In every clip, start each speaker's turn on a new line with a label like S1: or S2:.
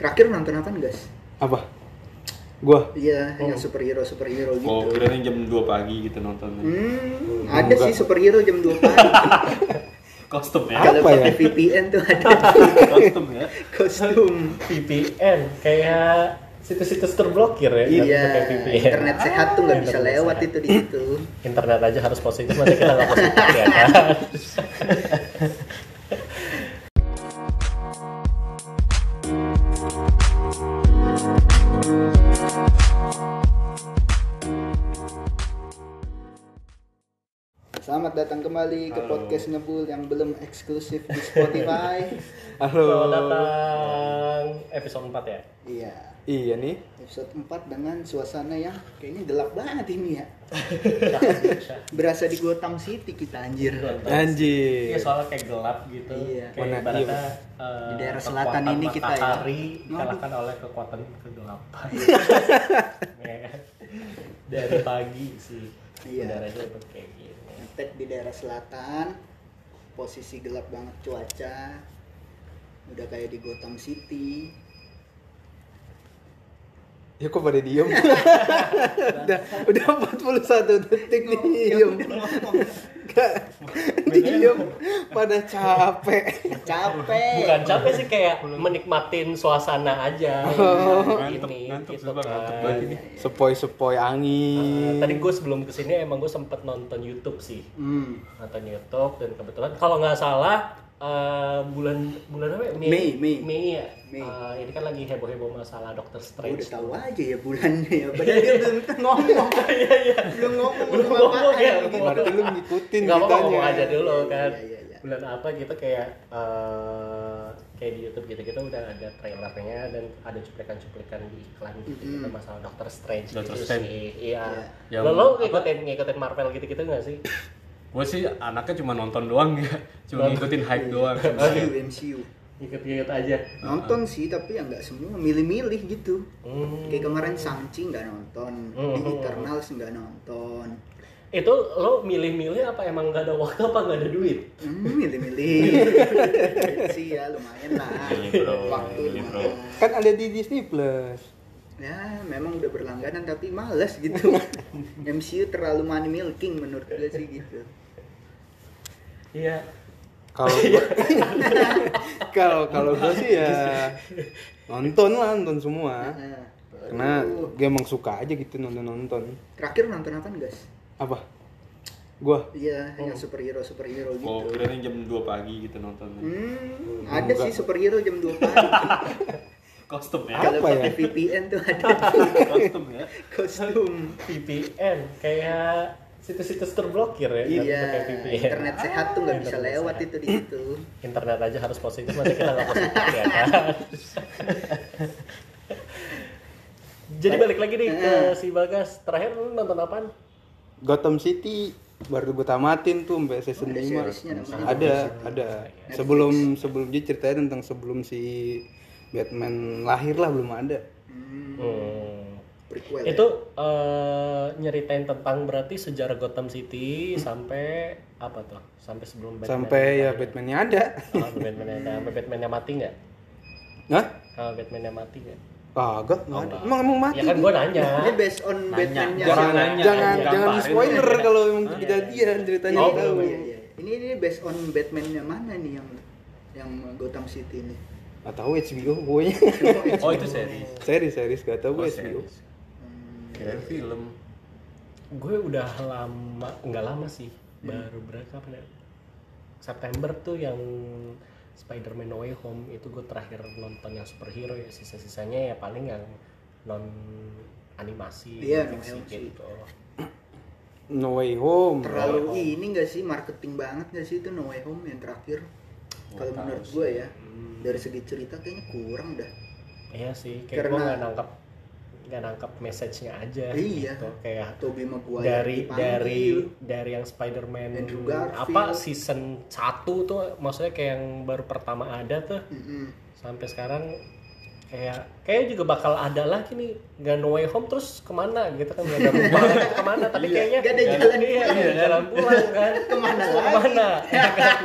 S1: Terakhir nonton apa guys?
S2: Apa? Gua?
S1: Iya,
S2: Oh.
S1: yang superhero superhero gitu.
S3: Oh, kiranya jam 2 pagi gitu nontonnya.
S1: Hmm, ada sih
S2: Enggak.
S1: superhero jam 2 pagi.
S3: Kostum ya.
S1: Kalau
S2: Apa ya?
S1: pakai VPN tuh ada
S3: Kostum ya.
S1: kostum.
S4: VPN kayak situs-situs terblokir ya kan? Pakai
S1: Iya,
S4: VPN.
S1: internet sehat tuh nggak
S4: Ah,
S1: bisa
S4: internet
S1: lewat
S4: sehat.
S1: itu di situ.
S4: internet aja harus positif masa kita nggak positif ya kan
S1: Selamat datang kembali ke podcast Ngebul yang belum eksklusif di Spotify.
S2: Halo.
S4: selamat datang episode 4 ya
S1: Iya,
S2: Iya nih.
S1: episode 4 dengan suasana yang kayaknya gelap banget ini ya.
S4: Syah,
S1: Berasa di Gotham City kita anjir.
S4: syah. Iya
S2: Anjir.
S4: soalnya kayak gelap gitu,
S1: Iya.
S4: kayak
S2: Warna
S4: ibaratnya
S2: iya.
S4: eh,
S1: Di daerah
S4: kekuatan
S1: selatan ini kita ya.
S4: matahari
S1: Waduh.
S4: dikalahkan oleh kekuatan kegelapan. Ya kan? Dari pagi sih
S1: Iya.
S4: udaranya udah kayak gini.
S1: Ngetek di daerah selatan, posisi gelap banget cuaca. Udah kayak di Gotham City.
S2: Ya kok pada diem? udah, udah 41 detik nih diem. Gak, diem. Pada capek.
S1: Capek.
S4: Bukan capek sih kayak menikmatin suasana aja.
S3: Ngantuk,
S4: ini
S3: ngantuk
S4: gitu
S3: sumpah,
S4: kan.
S3: ngantuk banget ini.
S2: Sepoi-sepoi
S4: Eh,
S2: angin.
S4: tadi gue sebelum kesini emang gue sempet nonton YouTube sih
S1: Hmm.
S4: nonton YouTube dan kebetulan kalau nggak salah eh, bulan bulan apa ya?
S1: Mei, Mei.
S4: ya.
S1: Mei.
S4: Eh, ini kan lagi heboh-heboh masalah Doctor
S1: Gua udah
S4: Strange.
S1: tahu aja ya bulannya ya. Padahal dia belum ngomong.
S4: Iya iya.
S1: Belum ngomong.
S4: Belum
S1: sama
S4: ngomong
S1: apaan
S4: ya.
S1: gitu.
S2: Berarti lu ngikutin
S4: Nggak apa-apa ngomong
S2: beritanya.
S4: aja dulu
S1: Iya,
S4: kan.
S1: iya, iya, iya.
S4: Bulan apa gitu kayak eh, kayak di YouTube gitu-gitu udah ada trailernya dan ada cuplikan-cuplikan di iklan gitu, gitu masalah Doctor Strange
S3: Doctor
S4: gitu
S3: Strange.
S4: sih. Iya.
S3: Yang
S4: lo lo
S3: apa?
S4: ngikutin ngikutin Marvel gitu-gitu nggak sih?
S3: Gue sih anaknya cuma nonton Iya. doang ya. Cuma ngikutin hype doang.
S1: MCU, MCU.
S4: Ngikut-ngikut aja.
S1: Nonton sih tapi ya nggak semua milih-milih gitu.
S4: Hmm.
S1: Kayak kemarin Sangchi nggak nonton, di
S4: Hmm.
S1: Eternals nggak nonton.
S4: Itu lo milih-milih apa emang nggak ada waktu apa nggak ada duit?
S1: Hmm, milih-milih. sih ya lumayan lah.
S3: Milih, bro.
S1: Waktu
S3: Milih, bro.
S1: lumayan.
S2: Kan ada di Disney Plus.
S1: Ya, memang udah berlangganan tapi males gitu. MCU terlalu money milking menurut gue sih gitu.
S4: Iya.
S2: Kalau gua- kalau kalau gua sih ya nonton lah nonton semua.
S1: Nah,
S2: Karena gue emang suka aja gitu nonton-nonton.
S1: terakhir nonton apa guys?
S2: Apa? Gua?
S1: Iya, yang superhero superhero gitu.
S3: Oh, kiranya jam 2 pagi gitu nontonnya.
S1: Hmm, ada
S2: Enggak.
S1: sih superhero jam 2 pagi.
S3: Kostum ya.
S1: Kalau
S2: Apa ya?
S1: pakai VPN tuh ada
S3: Kostum ya.
S1: kostum.
S4: VPN kayak situs-situs terblokir ya. kan? Pakai
S1: Iya,
S4: VPN.
S1: internet sehat tuh nggak bisa
S4: Internet
S1: lewat
S4: sehat.
S1: itu di situ.
S4: Internet aja harus positif masa kita nggak positif ya kan. Jadi balik lagi nih ke si Bagas. Terakhir lu nonton apaan?
S2: Gotham City baru gue tamatin tuh sampai season
S1: Ada
S2: 5
S1: seriesnya namanya
S2: ada ada sebelum sebelum dia ceritanya tentang sebelum si Batman lahir lah belum ada
S1: Hmm,
S4: Hmm.
S1: prequel. ya?
S4: Itu eh, nyeritain tentang berarti sejarah Gotham City sampai apa tuh? Sampai sebelum Batman.
S2: sampai ya Batmannya ada
S4: Oh, Batman ada, sampai Batman-nya mati nggak?
S2: Hah?
S4: Kalau Batman-nya mati nggak?
S2: kagak nggak ada emang emang mati
S4: Ya kan gua nanya.
S1: Ini based on Batman-nya. sih.
S2: jangan
S3: nanya,
S2: jangan jangan
S3: nanya.
S2: di
S3: Gambarin.
S2: spoiler kalau emang kejadian ceritanya
S4: Oh,
S2: nggak tahu
S1: Iya, iya. Ini ini based on Batman-nya mana nih yang yang Gotham City ini?
S2: nggak tahu HBO pokoknya
S3: Oh, itu series.
S2: series series nggak tahu gue
S3: Oh,
S2: HBO
S3: series.
S1: Hmm.
S3: Kirain film.
S4: Gue udah lama, nggak lama sih. Baru berapa kapan ya? September tuh yang Spider-Man No Way Home itu gue terakhir nonton yang superhero ya sisa-sisanya ya paling yang non animasi,
S1: Iya,
S4: non-fiksi
S1: non-fiksi.
S4: gitu.
S2: No Way Home
S1: Terlalu ini nggak sih marketing banget nggak sih itu No Way Home yang terakhir? Kalau menurut gue ya dari segi cerita kayaknya kurang dah.
S4: Iya sih, kayak gue
S1: Karena-
S4: nggak nangkap nggak nangkap message-nya aja
S1: Iya.
S4: gitu kayak
S1: Tobey Maguire
S4: dari
S1: dipanggil.
S4: dari dari yang Spider-Man
S1: Andrew Garfield.
S4: apa season 1 tuh maksudnya kayak yang baru pertama ada tuh
S1: Mm-mm.
S4: sampai sekarang kayak kayak juga bakal ada lagi nih nggak no way home terus kemana gitu kan nggak ada rumah kan kemana tapi kayaknya
S1: Nggak ada jalan
S4: iya,
S1: pulang,
S4: nggak ada jalan pulang kan
S1: Kemana
S4: Mau
S1: lagi?
S4: kemana ya kan?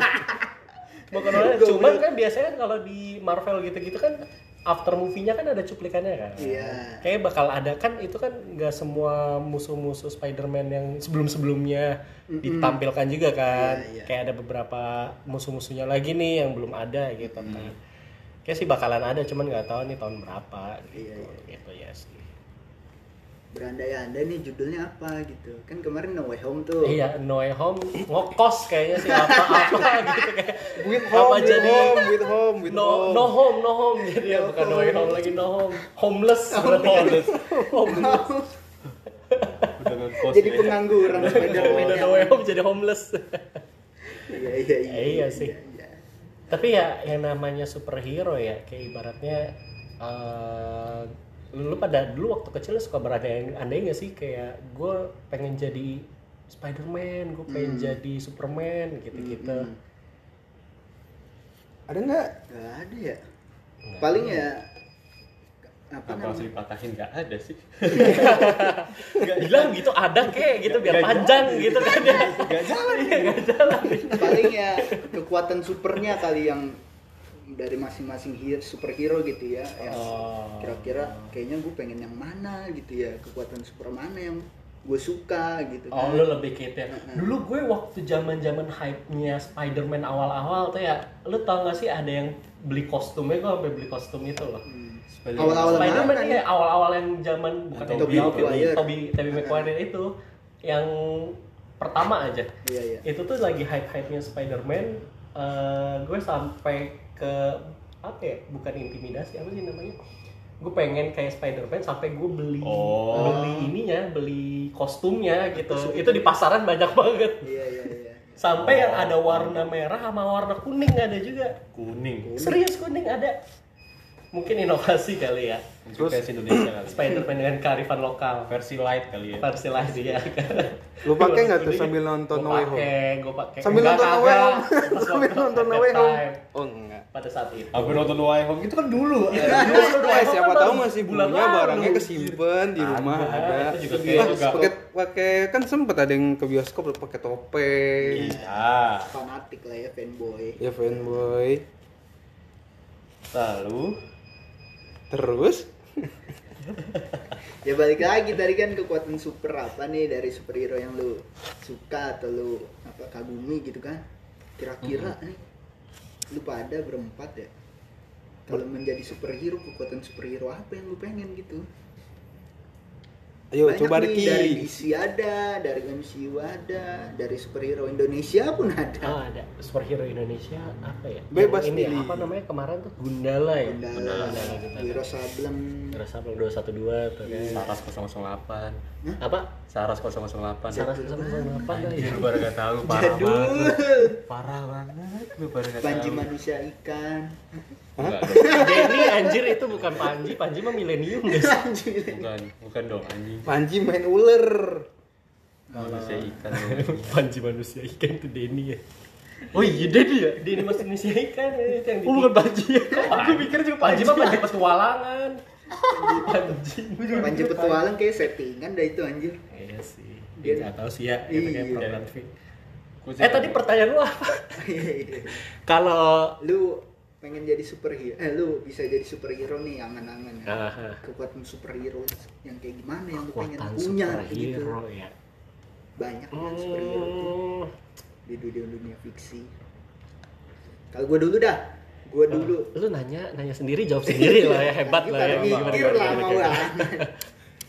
S4: Mau kemana? cuman kan biasanya kalau di Marvel gitu-gitu kan after movie-nya kan ada cuplikannya kan.
S1: Iya.
S4: Kayaknya bakal ada kan itu kan nggak semua musuh-musuh Spider-Man yang sebelum-sebelumnya ditampilkan juga kan.
S1: Iya, iya.
S4: Kayak ada beberapa musuh-musuhnya lagi nih yang belum ada gitu kan. Kayak sih bakalan ada cuman nggak tahu nih tahun berapa gitu.
S1: Iya,
S4: Gitu ya sih.
S1: berandai-andai nih judulnya apa gitu kan kemarin No Way Home tuh
S4: Iya, No Way Home ngokos kayaknya sih apa-apa gitu kayak
S2: With
S4: Apa
S2: home, with
S4: jadi?
S2: home, with home, with
S4: no
S2: home.
S4: no home no home jadi ya bukan no way home lagi no home homeless berarti kan. homeless
S3: Udah ngekos
S2: Jadi
S3: ya.
S2: pengangguran
S4: Spider-Man
S2: Spider-Man.
S4: no way home jadi homeless
S1: kan. iya iya iya,
S4: Eh, iya sih.
S1: iya.
S4: tapi ya yang namanya superhero ya kayak ibaratnya eh, lu pada dulu waktu kecil lu suka berandai andai nggak sih kayak gue pengen jadi Spider-Man, gue pengen jadi Superman gitu-gitu.
S1: Hmm.
S2: Ada nggak?
S1: nggak ada ya paling ya apa
S3: Apa harus
S1: namanya
S3: dipatahin nggak ada sih?
S4: Bilang gitu ada kek gitu biar
S3: Nggak
S4: panjang gitu kan ya.
S3: Gak jalan.
S4: Iya, nggak jalan.
S1: paling ya kekuatan supernya kali yang dari masing-masing hero, superhero gitu ya yang
S4: Oh.
S1: kira-kira kayaknya gue pengen yang mana gitu ya kekuatan super mana yang gue suka gitu
S4: Oh,
S1: kan
S4: lu lebih ke itu ya. Dulu gue waktu zaman-zaman hype-nya Spider-Man awal-awal tuh ya, lu tau gak sih ada yang beli kostumnya, gue sampai beli kostum itu loh.
S1: Hmm, Awal-awal
S4: Spider-Man
S1: banget kan
S4: ya awal-awal yang zaman bukan
S3: Tobey
S4: yang Toby,
S1: Maguire.
S4: Toby, Toby Maguire itu yang pertama aja.
S1: iya iya
S4: Itu tuh lagi hype-hype-nya Spider-Man, eh, gue sampai ke apa ya? Bukan intimidasi, apa sih namanya? Gue pengen kayak Spider-Man sampai gue beli
S3: Oh.
S4: beli ininya, beli kostumnya gitu. Itu di pasaran banyak banget.
S1: iya iya iya
S4: Sampai yang ada warna merah sama warna kuning ada juga.
S3: Kuning.
S4: Serius kuning ada. Mungkin inovasi kali ya.
S3: Terus versi Indonesia kali.
S4: Spider-Man dengan kearifan lokal.
S3: Versi light kali ya.
S4: Versi lah dia.
S2: Lu pakai nggak tuh sambil nonton No Way Home?
S4: Gue pakai.
S2: Sambil
S4: Eh, Enggak,
S2: nonton No Way
S4: kagak.
S2: Home.
S4: Pas
S2: Sambil
S4: waktu
S2: nonton
S4: at
S2: No
S4: that
S2: Way Home.
S4: time,
S2: Oh enggak.
S4: Pada saat itu.
S3: Aku nonton No Way Home itu kan dulu.
S1: Iya.
S2: Dulu
S4: No Way Home
S2: Iya, siapa
S4: kan
S2: tahu
S4: baru
S2: masih
S4: bulan
S2: bulan
S4: lalu.
S2: barangnya kesimpan di rumah
S3: Ada,
S2: ada.
S3: itu juga
S2: Wah,
S3: kayak
S4: gitu.
S3: juga.
S2: Pakai pakai kan sempet ada yang ke bioskop pakai topeng.
S3: Iya.
S1: fanatik lah ya fanboy
S2: Ya fanboy.
S3: Lalu
S2: Terus
S1: ya balik lagi tadi kan kekuatan super apa nih dari superhero yang lu suka atau lu apa kagumi gitu kan kira-kira nih lu pada berempat ya kalau menjadi superhero kekuatan superhero apa yang lu pengen gitu
S2: ayo
S1: Banyak
S2: coba
S1: nih,
S2: Riki.
S1: dari DC ada dari MCU ada dari superhero Indonesia pun ada
S4: Ah, ada superhero Indonesia apa ya?
S2: Bebas
S4: Yang ini ya,
S2: pilih.
S4: apa namanya kemarin tuh Gundala ya.
S1: Gundala
S4: gitu.
S1: Wiro Sableng
S4: Rasa belum 212 tuh kan.
S3: Saras 008.
S4: Apa?
S3: Saras 008.
S4: Saras sama apa lah ya?
S3: Anjir, baru gak tahu parah
S1: Jadul.
S3: banget. lu. Parah banget lu baru gak tahu.
S1: Panji manusia ikan
S3: Enggak
S4: Denny anjir itu bukan Panji, Panji mah milenium guys.
S3: dong, bukan, bukan dong anjing.
S2: Panji main ular.
S3: Manusia ikan.
S4: Panji manusia ikan itu Denny ya. Oh iya Denny ya, Denny masih manusia ikan ya, itu yang
S2: Oh, bukan
S4: Panji ya. Aku pikir juga Panji mah Panji petualangan. Panji.
S1: Panji petualang kayak settingan dah itu anjir
S4: Iya sih. Dia nggak tahu sih ya, itu kayak
S1: Iya.
S4: program TV.
S3: Gua sih
S4: Eh tadi
S3: tahu.
S4: pertanyaan lu apa?
S1: iya,
S4: Kalau
S1: lu pengen jadi superhero eh lu bisa jadi superhero nih angan-angan ya.
S4: Aha.
S1: kekuatan superhero yang kayak gimana yang lu pengen
S4: kekuatan
S1: punya gitu
S4: superhero Hmm. ya.
S1: banyak kan superhero tuh
S4: Hmm.
S1: di dunia dunia fiksi kalau gua dulu dah gua dulu
S4: Lu nanya nanya sendiri jawab Ah. sendiri lah ya hebat lah ya.
S1: Kita mikir
S4: Gimana,
S1: lah
S4: gimana,
S1: mau
S4: gimana.
S1: lah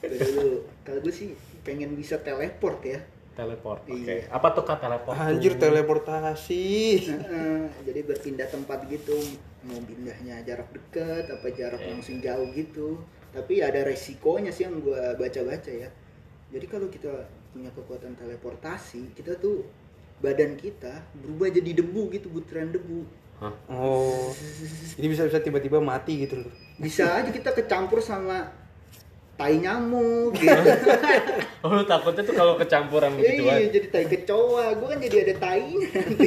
S1: Gua dulu kalau gua sih pengen bisa teleport ya
S4: Teleport.
S1: Iya.
S4: Oke. Apa tuh kata teleport?
S2: Oh, Anjir
S4: tuh?
S2: teleportasi.
S1: Heeh, jadi berpindah tempat gitu mau pindahnya jarak dekat apa jarak langsung jauh gitu tapi ya ada resikonya sih yang gua baca-baca ya jadi kalau kita punya kekuatan teleportasi kita tuh badan kita berubah jadi debu gitu butiran debu
S3: Hah?
S2: Oh. Jadi bisa-bisa tiba-tiba mati gitu loh.
S1: bisa aja kita kecampur sama tai nyamuk gitu
S3: Oh, lu takutnya tuh kalau kecampuran begitu
S1: iya jadi tai kecoa gua kan jadi ada tai nanti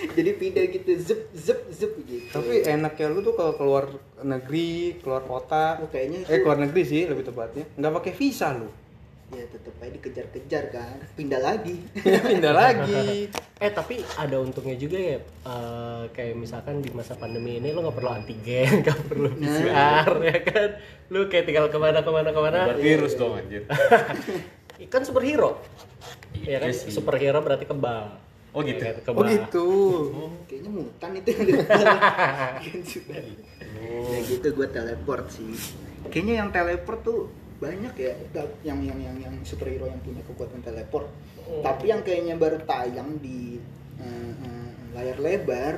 S1: jadi pindah gitu zep zep zep gitu
S2: Tapi enak ya lu tuh kalau keluar negeri, keluar kota,
S1: Oh, kayaknya
S2: eh
S1: itu-
S2: keluar negeri sih lebih tepatnya, nggak pakai visa lu.
S1: ya tetap aja dikejar-kejar kan pindah lagi
S2: pindah lagi
S4: eh tapi ada untungnya juga ya eh, kayak misalkan di masa pandemi ini lo nggak perlu antigen nggak perlu
S3: Nah.
S4: PCR ya kan lo kayak tinggal kemana kemana kemana
S1: Iya.
S3: Obat virus dong anjir.
S4: kan superhero ya
S3: Iya
S4: kan
S3: sih.
S4: superhero berarti kebal
S3: Oh gitu.
S4: Ya kan,
S2: oh
S4: kebal
S2: gitu
S1: kayaknya mutan itu yang ditemukan. ya gitu gue teleport sih kayaknya yang teleport tuh banyak ya ta- yang yang yang yang superhero yang punya kekuatan teleport
S2: Oh.
S1: tapi yang kayaknya baru tayang di eh, eh, layar lebar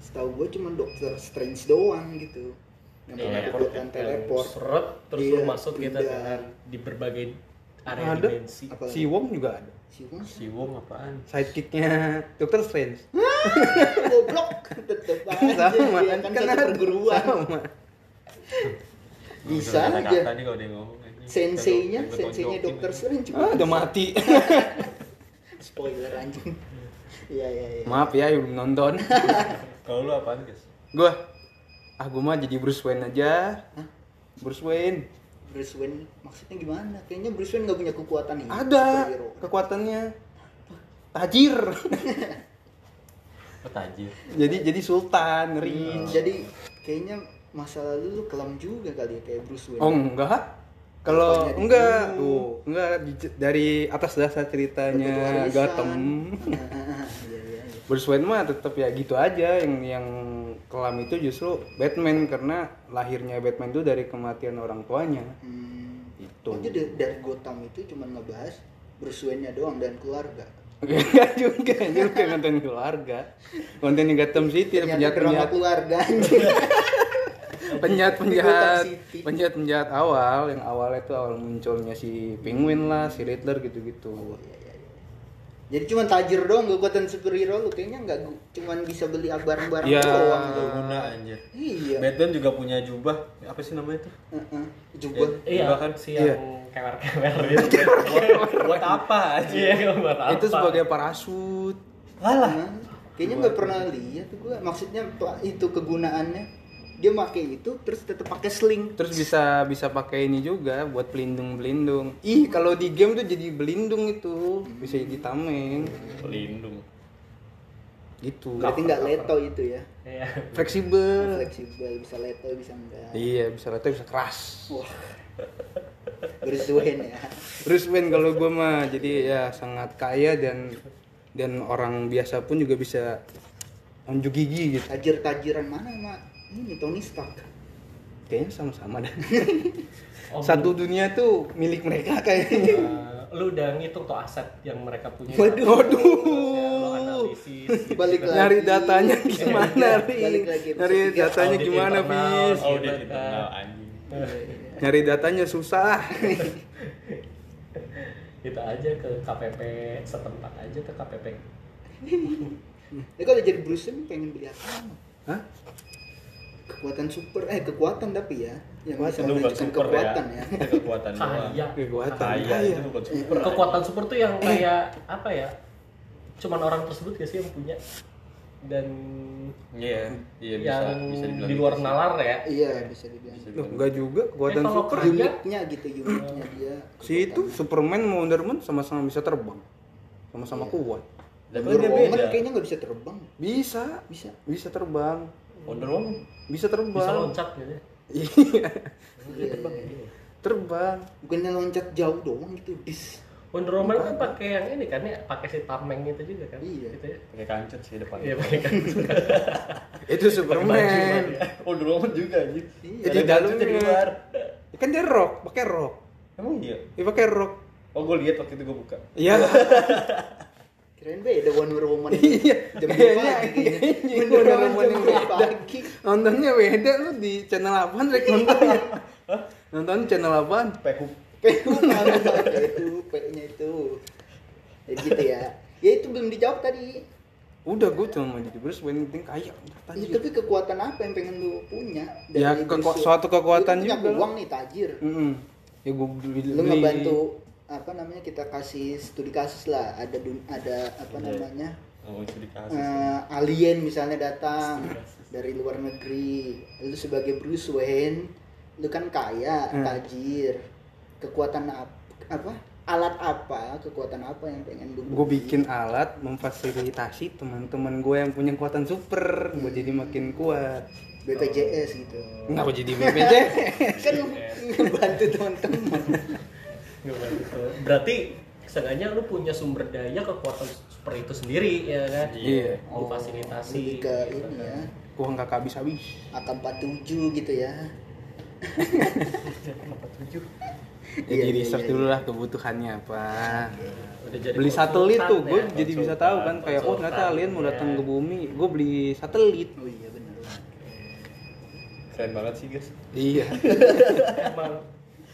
S1: setahu gue cuma Doctor Strange doang gitu yang punya kekuatan
S4: yang
S1: teleport
S4: Iya. seret terus
S1: Iya,
S4: lo masuk gitu
S1: pindah.
S4: kan di berbagai area
S2: Ada.
S4: dimensi
S1: apa
S2: si Wong juga ada
S1: si Wong
S3: Si Wong apaan?
S2: sidekicknya Doctor Strange
S1: goblok tetep aja
S2: sama
S1: dia kan satu
S2: ada.
S1: perguruan
S2: sama
S1: Bisa
S3: Nggak
S1: aja.
S3: Tadi kalau dia ngomong. anjing.
S1: senseinya
S3: Gua tonjokin.
S1: senseinya Doctor Strange
S2: ah,
S1: juga
S2: udah mati
S1: spoiler anjing iya iya iya
S2: maaf ya yang belum nonton
S3: Kalau lu apaan guys?
S2: gua ah gua mah jadi Bruce Wayne aja Bruce Wayne
S1: Bruce Wayne maksudnya gimana? Kayaknya Bruce Wayne nggak punya kekuatan ini.
S2: ada
S1: superhero.
S2: kekuatannya tajir
S3: Oh, tajir.
S2: jadi jadi
S1: Hmm,
S2: sultan ri
S1: Jadi kayaknya masa lalu lu kelam juga kali ya kayak Bruce Wayne.
S2: oh enggak kalau
S1: Kekuatannya di
S2: enggak
S1: gunung.
S2: tuh enggak di- dari atas dasar ceritanya
S1: Kebetulan
S2: Gotham
S1: lisan. Ah, Iya iya iya.
S2: Bruce Wayne mah tetap ya gitu aja yang yang kelam itu justru Batman karena lahirnya Batman itu dari kematian orang tuanya
S1: Hmm.
S2: itu
S1: Itu da- dari Gotham itu cuma ngebahas Bruce Wayne-nya doang dan keluarga.
S2: Enggak juga, ini bukan konten keluarga. Konten yang Gotham City,
S1: Ternyata drama
S2: penjahat-penjahat
S1: Iya, keluarga anjing.
S2: penjahat-penjahat
S1: Di Gotham City.
S2: penjahat-penjahat awal yang awalnya itu awal munculnya si Penguin lah, si Riddler gitu-gitu.
S1: Jadi cuma tajir doang kekuatan superhero lu kayaknya nggak gu- cuman bisa beli barang-barang
S2: Ya.
S1: doang.
S3: Gak guna anjir.
S1: Iya.
S3: Batman juga punya jubah. Apa sih namanya itu?
S1: Heeh. Jubah.
S4: iya
S3: Juga kan?
S4: si yang kewer-kewer gitu
S3: Buat apa anjir?
S4: iya buat apa
S2: Itu sebagai parasut.
S1: Alah. Kayaknya nggak pernah lihat gue. Maksudnya pla- itu kegunaannya dia pakai itu terus tetap pakai sling.
S2: Terus bisa bisa pakai ini juga buat pelindung-pelindung. Ih, kalau di game tuh jadi pelindung itu, bisa jadi tameng.
S3: Pelindung.
S2: Gitu.
S1: Berarti nggak leto itu ya.
S4: Iya.
S2: Fleksibel.
S1: Fleksibel bisa leto bisa enggak.
S2: Iya, bisa letak, bisa keras.
S1: Wah. Bersuhen ya.
S2: Bruce Wayne kalau gue mah jadi ya sangat kaya dan dan orang biasa pun juga bisa unjuk gigi gitu
S1: Tajir-tajiran mana mak? Ini Tony Stark.
S2: kayaknya sama-sama dah
S4: Oh,
S2: satu dunia tuh milik mereka kayaknya
S4: Eh, lu udah ngitung tuh aset yang mereka punya
S2: Waduh. Waduh.
S4: Terus ya, lo analisis gitu.
S1: Balik lagi.
S2: nyari datanya gimana
S1: Balik
S2: ri
S1: lagi.
S2: nyari
S1: Tiga.
S2: datanya
S4: Audit
S2: gimana
S4: internal.
S2: bis
S4: Oh, dia
S3: Audit internal
S4: internal,
S3: anjing.
S2: nyari datanya susah
S4: kita aja ke KPP setempat aja ke KPP
S1: Ya kalau jadi Bruce Wayne pengen beli apa? Mak?
S2: Hah?
S1: Kekuatan super eh kekuatan tapi ya. Yang bisa
S3: Lu bukan
S1: menunjukkan
S3: super ya. Iya,
S1: kekuatan ya.
S3: Itu Kekuatan doang.
S2: Iya,
S4: kaya
S2: kekuatan
S3: Kaya
S2: Kaya.
S3: itu bukan super.
S4: kekuatan super tuh yang kayak apa ya cuman orang tersebut gak sih yang punya dan
S3: Iya, iya bisa
S4: yang
S3: bisa dibilang.
S4: di luar
S3: gitu sih.
S4: nalar ya
S1: Iya bisa dibilang.
S3: Bisa
S2: Loh,
S3: dibilang. gitu.
S2: enggak juga kekuatan
S4: Eh, kalau
S2: super
S4: kaya-
S1: Uniknya gitu uniknya dia.
S2: si itu Superman sama Wonder Woman sama-sama bisa terbang sama-sama kuat
S3: Dan
S1: Wonder
S3: dia
S1: Woman
S3: beda.
S1: kayaknya nggak bisa terbang.
S2: bisa
S1: Bisa.
S2: bisa terbang
S3: Wonder Woman.
S2: bisa
S4: bisa
S2: terbang
S4: loncat gitu ya.
S2: iya
S1: Iya, iya, iya.
S2: terbang
S1: Bukannya loncat jauh doang gitu, dis.
S4: Wonder Woman kan pakai yang ini kan ya pakai si tameng itu juga kan
S1: Iya.
S4: gitu ya
S3: Pakai kancut sih depan.
S4: Iya, pakai kan.
S2: itu
S4: Baju
S2: Superman
S4: kan ya.
S3: Wonder Woman Oh, juga anjir.
S1: Iya.
S2: Jadi
S3: Ada kancutnya
S2: dalamnya.
S3: di luar.
S2: Ya kan dia rock, pakai rock.
S3: Emang iya.
S2: Dia pakai rock.
S3: Oh, gue lihat waktu itu gue buka.
S2: Iya.
S1: Keren be, The Wonder Woman.
S2: Iya.
S1: Jam berapa
S2: Kayaknya
S1: pagi?
S2: kayaknya
S1: Wonder
S2: Wonder
S1: Woman
S2: Woman
S1: jam
S2: yang
S1: berapa
S2: beda.
S1: pagi?
S2: Nontonnya beda lu di channel 8
S4: Iya.
S2: rek nontonnya. Nonton channel 8.
S3: Peku.
S1: PU malu banget itu, P-nya itu. Ya gitu ya. Ya itu belum dijawab tadi.
S2: Udah gue cuma mau jadi Bruce Wayne yang penting kaya.
S1: Ya,
S2: Tajir.
S1: tapi kekuatan apa yang pengen lu punya?
S2: Ya,
S1: Dari
S2: keku-
S1: Bruce-
S2: suatu kekuatan
S1: lu kan
S2: juga.
S1: punya uang nih tajir.
S2: Mm-mm. Ya gue beli.
S1: Lu
S2: beli-
S1: ngebantu apa namanya kita kasih studi kasus lah ada dun- ada apa
S3: Iya.
S1: namanya
S3: Oh, itu dikasih.
S1: eh, alien misalnya datang dari luar negeri lu sebagai Bruce Wayne lu kan kaya
S2: Hmm.
S1: tajir kekuatan ap- apa alat apa kekuatan apa yang pengen lu
S2: gue bikin alat memfasilitasi teman-teman gue yang punya kekuatan super buat jadi makin kuat
S1: BPJS gitu
S2: kenapa jadi BPJ
S4: Iya.
S1: kan ngebantu teman-teman
S4: Nggak berarti itu. Berarti seenggaknya lu punya sumber daya kekuatan super itu sendiri ya kan?
S2: Iya.
S4: Lu fasilitasi.
S1: lebih ke
S4: gitu
S1: ini ya
S4: kan.
S2: gue nggak habis habis
S1: AK47 gitu ya
S2: ya
S1: Iya,
S2: di
S1: iya,
S2: research
S1: iya,
S2: dulu lah kebutuhannya apa
S4: Udah jadi
S2: beli satelit tuh gue
S4: konsultan ya,
S2: jadi bisa tahu kan
S4: konsultan,
S2: kayak oh ternyata
S4: konsultan,
S2: alien mau
S4: ya.
S2: datang ke bumi gue beli satelit
S1: oh iya benar
S3: Keren banget sih guys.
S2: iya
S4: Emang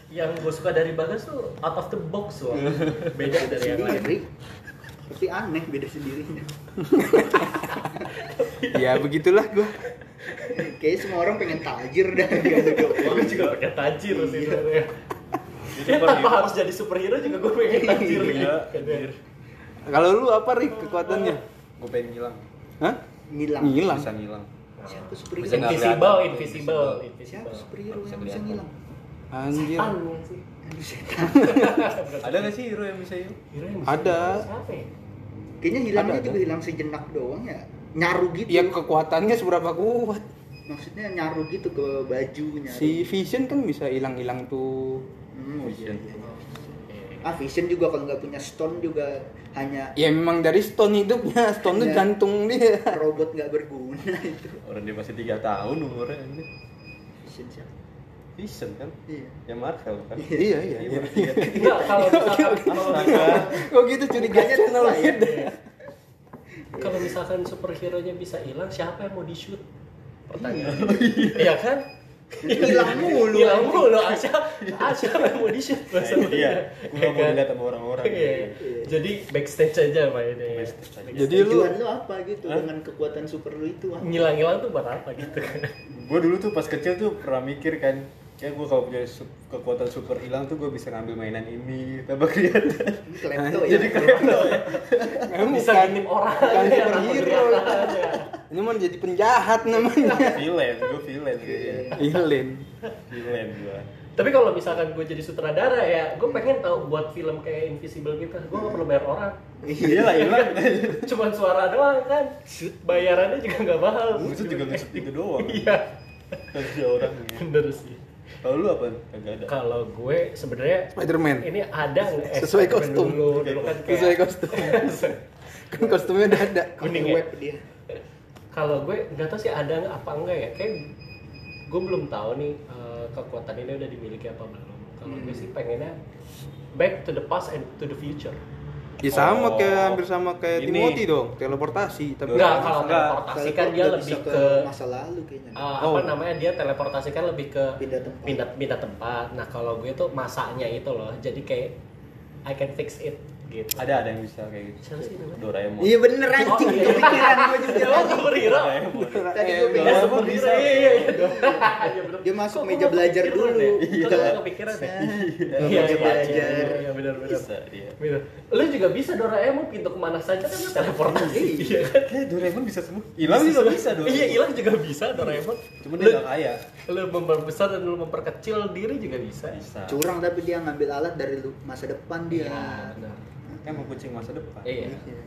S4: yang gue suka dari Bagas tuh out of the box loh.
S2: Iya.
S4: Beda dari yang lain.
S1: sendiri tapi aneh beda sendirinya
S2: ya begitulah gue
S1: kayaknya semua orang pengen tajir dah dia
S4: Gue juga pengen tajir
S1: Iya.
S4: sih sebenarnya. Ya,
S3: Super
S4: tanpa
S3: hero.
S4: harus jadi superhero juga gue pengen tajir
S3: Iya,
S4: gitu.
S3: anjir.
S2: kalau lu apa Rik kekuatannya
S3: Gue pengen ngilang.
S2: Hah?
S1: ngilang
S2: ngilang
S3: Bisa ngilang.
S1: siapa
S3: Bisa
S1: superhero
S3: nggak
S4: Invisible,
S3: kelihatan.
S4: invisible,
S1: siapa
S4: invisible.
S1: superhero
S3: Bisa
S1: yang bisa
S3: kelihatan.
S1: ngilang
S2: anjir
S4: Setan ya sih.
S1: Aduh, setan.
S3: Ada gak sih hero yang bisa hilang?
S4: Hero yang
S2: Ada.
S4: Siapa ya?
S1: kayaknya hilangnya
S2: Ada,
S1: juga
S2: ada.
S1: hilang sejenak doang ya nyaru gitu
S2: ya kekuatannya seberapa kuat
S1: maksudnya nyaru gitu ke baju nyaru gitu.
S2: si Vision kan bisa hilang-hilang tuh
S1: Hmm, oh iya, iya, iya.
S4: Eh,
S1: ah vision juga kalau nggak punya stone juga hanya
S2: ya memang dari stone hidupnya stone tuh
S1: Iya.
S2: jantung dia
S1: robot nggak berguna itu
S3: Orang dia masih 3 tahun umurnya anjir.
S1: vision siapa
S3: Vision kan?
S1: iya
S3: Yang Marvel kan?
S2: iya iya
S3: Iya,
S2: iya
S3: baru tiga.
S4: Enggak, kalau misalkan kalau misalkan
S2: kok gitu curiganya
S1: Mukanya
S2: channel
S1: tua ya.
S2: kita
S4: kalau misalkan superhero nya bisa hilang siapa yang mau di shoot pertanyaan
S3: Oh,
S4: iya kan
S1: hilang mulu
S4: hilang mulu Asya Asya yang mau di shoot
S3: Nah, itu dia. Gue
S4: Iya
S3: gak mau
S4: kan?
S3: dilihat sama orang-orang.
S4: Iya. jadi backstage aja mainnya ya.
S3: Backstage aja.
S2: Jadi lu
S1: tujuan lu apa gitu dengan kekuatan super lu itu apa?
S4: ngilang-ngilang tuh buat apa gitu kan
S3: gue dulu tuh pas kecil tuh pernah mikir kan kayak gue kalau punya su- kekuatan super hilang tuh gue bisa ngambil mainan ini tambah kelihatan
S1: Ini klepto ya
S3: jadi keren loh ya
S2: Emang
S4: bisa
S2: bukan-
S4: ngintip orang
S2: bukan
S4: ya, orang
S2: superhero
S4: kelihatan ya.
S2: ini mah jadi penjahat namanya
S3: villain gue villain kayaknya
S2: Ilin
S3: villain gue
S4: tapi kalau misalkan gue jadi sutradara ya gue pengen tahu buat film kayak Invisible gitu gue gak perlu bayar orang
S3: iya lah hilang
S4: cuman suara doang kan bayarannya juga nggak mahal
S3: musuh juga ngesut itu doang
S4: iya
S3: kasih orangnya
S4: bener sih
S3: kalau lu apa kagak ada
S4: kalau gue sebenarnya
S2: Spiderman
S4: ini ada nggak eh,
S2: Sesuai
S4: Spiderman
S2: kostum.
S4: dulu, dulu kan kayak-
S2: sesuai kostum kan kostumnya udah ada
S4: Kuning ya?
S1: web dia
S4: kalau gue nggak tahu sih ada nggak apa enggak ya kayak gue belum tahu nih eh, kekuatan ini udah dimiliki apa belum kalau gue sih
S2: Hmm.
S4: pengennya back to the past and to the future
S2: ya sama
S3: Oh.
S2: kayak hampir sama kayak
S3: Ini.
S2: Timothy dong teleportasi tapi
S4: nggak
S3: Enggak,
S4: kalau
S3: enggak.
S4: teleportasi kan dia
S1: Teleport nggak
S4: lebih
S1: bisa
S4: ke
S1: masa lalu kayaknya.
S4: eh,
S2: Oh.
S4: apa namanya dia teleportasi kan lebih ke
S1: Pindah tempat.
S4: pindah pindah tempat nah kalau gue tuh masaknya itu loh jadi kayak I can fix it gitu
S3: ada ada yang bisa kayak gitu
S4: Siapa sih namanya?
S3: Doraemon
S1: Iya bener anjing
S4: iya. Oh,
S1: kepikiran gua juga
S4: Emang superhero?
S3: Doraemon
S1: Tadi gua
S2: Oh.
S4: Iya,
S1: bilang
S3: Walaupun
S4: superhero.
S3: bisa.
S4: Iya, iya, iya. Iya, bener.
S1: Dia masuk
S4: Kok
S1: meja
S4: gua
S1: belajar
S4: kepikiran
S1: dulu.
S4: ya? Kok
S1: Iya.
S4: gua kepikiran ya?
S1: Iya,
S4: Iya,
S1: meja
S4: iya,
S1: belajar.
S4: iya, Iya, benar, benar.
S3: bisa dia
S4: Benar. Lu juga bisa Doraemon pintu kemana saja kan lu teleportasi.
S1: Iya.
S4: Iya kan?
S3: kayak Doraemon bisa semua hilang juga bisa Doraemon
S4: Iya, hilang juga bisa Doraemon.
S3: cuma
S4: Lu-
S3: dia gak kaya
S4: Lu memperbesar dan lu memperkecil diri juga bisa.
S1: Iya.
S3: bisa
S1: Curang tapi dia ngambil alat dari lu- masa depan dia.
S4: Iya, benar.
S3: kan mau kucing masa depan
S4: Iya.
S1: Iya.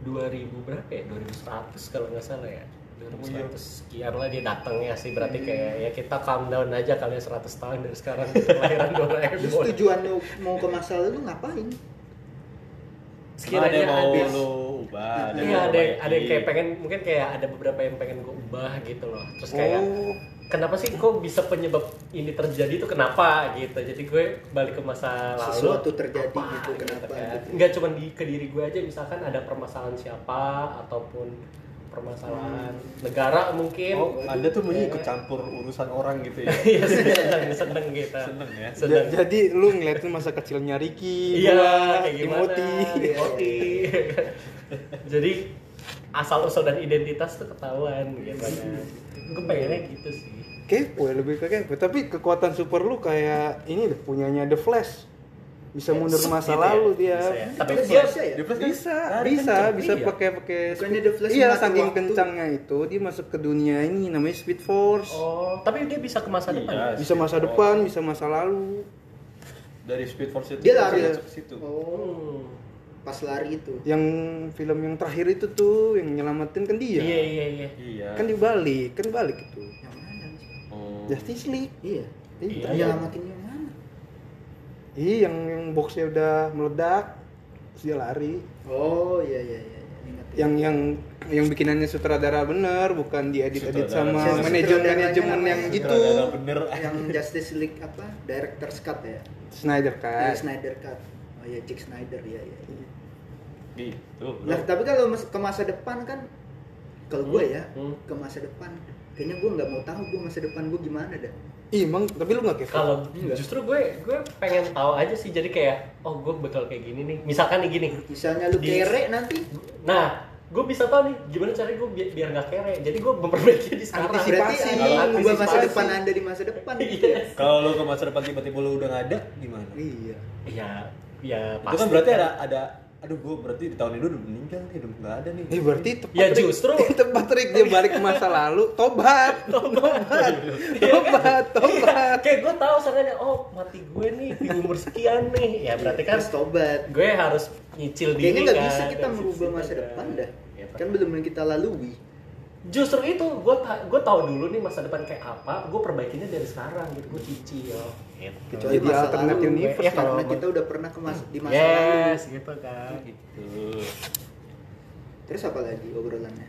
S4: 2000 berapa ya? 2100 kalau nggak salah ya.
S3: Iya.
S4: 2100 sekian lah dia datangnya sih berarti kayak ya kita calm down aja kali ya 100 tahun dari sekarang kelahiran
S1: Terus
S4: Doraemon.
S1: tujuan lu mau ke masa lalu ngapain?
S3: Cuma ada
S4: Sekiranya
S3: yang mau
S4: ada-
S3: lu ubah, yang
S4: Iya ada yang,
S3: perbaiki.
S4: ada yang kayak pengen mungkin kayak ada beberapa yang pengen gue ubah gitu loh. Terus kayak
S2: oh
S4: kenapa sih kok bisa penyebab ini terjadi itu kenapa gitu. Jadi gue balik ke masa lalu.
S1: Sesuatu terjadi
S4: apa
S1: gitu, kenapa
S4: kan.
S1: gitu.
S4: Nggak cuma di ke diri gue aja misalkan ada permasalahan siapa ataupun permasalahan negara mungkin.
S3: Hmm. Oh, Anda tuh mau ikut campur urusan orang gitu ya.
S4: Iya seneng seneng kita.
S3: Seneng ya.
S4: Seneng.
S2: Ja- jadi lu ngeliatin masa kecilnya Ricky
S4: Iya,
S2: gua,
S4: kayak gimana?
S2: Timothy
S4: Timothy. Jadi asal usul dan identitas tuh ketahuan gitu kan. Gue pengennya gitu sih.
S2: kepo ya lebih ke kepo tapi kekuatan super lu kayak ini deh punyanya The Flash bisa mundur ke masa
S4: Gitu ya,
S2: lalu dia
S4: bisa ya. Tapi
S1: Itu
S4: dia
S1: Flash ya?
S3: Dia pasti
S2: bisa
S3: lari
S2: bisa
S3: kenceng.
S2: bisa
S3: Iya.
S2: pakai pakai
S1: Bukannya
S2: speed-
S1: The Flash
S2: iya
S1: mengatur
S2: saking
S1: waktu.
S2: kencangnya itu dia masuk ke dunia ini namanya Speed Force
S4: Oh, tapi dia bisa ke masa depan.
S3: Iya.
S4: ya?
S2: bisa masa depan bisa masa lalu
S3: dari Speed Force itu
S1: Dia lari.
S3: masuk ke situ.
S1: Oh,
S4: Hmm.
S1: pas lari itu.
S2: Yang film yang terakhir itu tuh yang nyelamatin kan dia.
S4: Iya iya iya.
S3: Iya.
S2: Kan dibalik, kan balik itu.
S1: Yang mana? sih?
S3: Oh.
S2: Justice League.
S1: Iya.
S2: Iya.
S1: Yang nyelamatin yang mana?
S2: Iya, yang yang boxnya udah meledak terus dia lari.
S1: Oh, iya iya iya. iya. Ingat, ingat.
S2: Yang yang yang bikinannya sutradara bener, bukan diedit-edit
S3: Sutradara.
S2: sama
S3: Sutradaranya
S2: manajemen-manajemen yang
S1: namanya
S2: gitu.
S3: Sutradara bener.
S1: yang Justice League apa? Director's Cut ya.
S2: Snyder
S1: Ya,
S2: kan.
S1: Snyder Cut. Oh ya, Jack Snyder ya ya. ya.
S3: Gitu. bro.
S1: Nah, tapi kalau mas- ke masa depan kan kalau gue ya,
S4: Hmm.
S1: ke masa depan kayaknya gue nggak mau tahu gue masa depan gue gimana dah.
S2: Ih, emang tapi lu nggak kepo?
S4: Kalau
S3: Iya.
S4: justru gue gue pengen tahu aja sih jadi kayak oh gue bakal kayak gini nih. Misalkan nih gini.
S1: Misalnya lu
S4: Di-
S1: kere nanti
S4: Nah, gue bisa tahu nih gimana caranya gue biar, biar nggak kere. Jadi gue memperbaiki di sekarang.
S1: antisipasi
S2: Berarti
S1: mengubah masa
S2: antisipasi.
S1: depan Anda di masa depan gitu ya.
S4: Yes.
S3: Kalau lu ke masa depan tiba-tiba lu udah nggak ada, gimana?
S1: Iya.
S4: Ya, ya
S3: Itu
S4: pasti.
S3: kan berarti ada ada aduh gue berarti di tahun ini udah meninggal nih, udah nggak ada nih.
S2: Eh berarti tepat
S4: Ya,
S2: Rick.
S4: justru.
S2: tepat Rick dia balik ke masa lalu, tobat, tobat, tobat, tobat.
S4: Iya. Kayak gue tahu sangatnya oh mati gue nih di umur sekian nih. Ya berarti kan
S1: Terus tobat.
S4: gue harus nyicil diri
S1: Kayaknya nggak
S4: kan,
S1: bisa kita
S4: harus
S1: merubah
S4: nyicil
S1: masa
S4: kan.
S1: depan dah.
S4: Ya,
S1: Kan belum kita lalui.
S4: justru itu gue ta gue tahu dulu nih masa depan kayak apa gue perbaikinnya dari sekarang gitu gue cicil gitu.
S1: Kecuali
S2: Jadi
S1: masa
S2: alternate
S1: lalu, ya,
S2: universe
S4: ya,
S1: karena
S4: kalau-
S1: kita udah pernah ke mas- di masa lalu.
S4: yes gitu kan
S3: Gitu.
S1: Terus apa lagi obrolannya?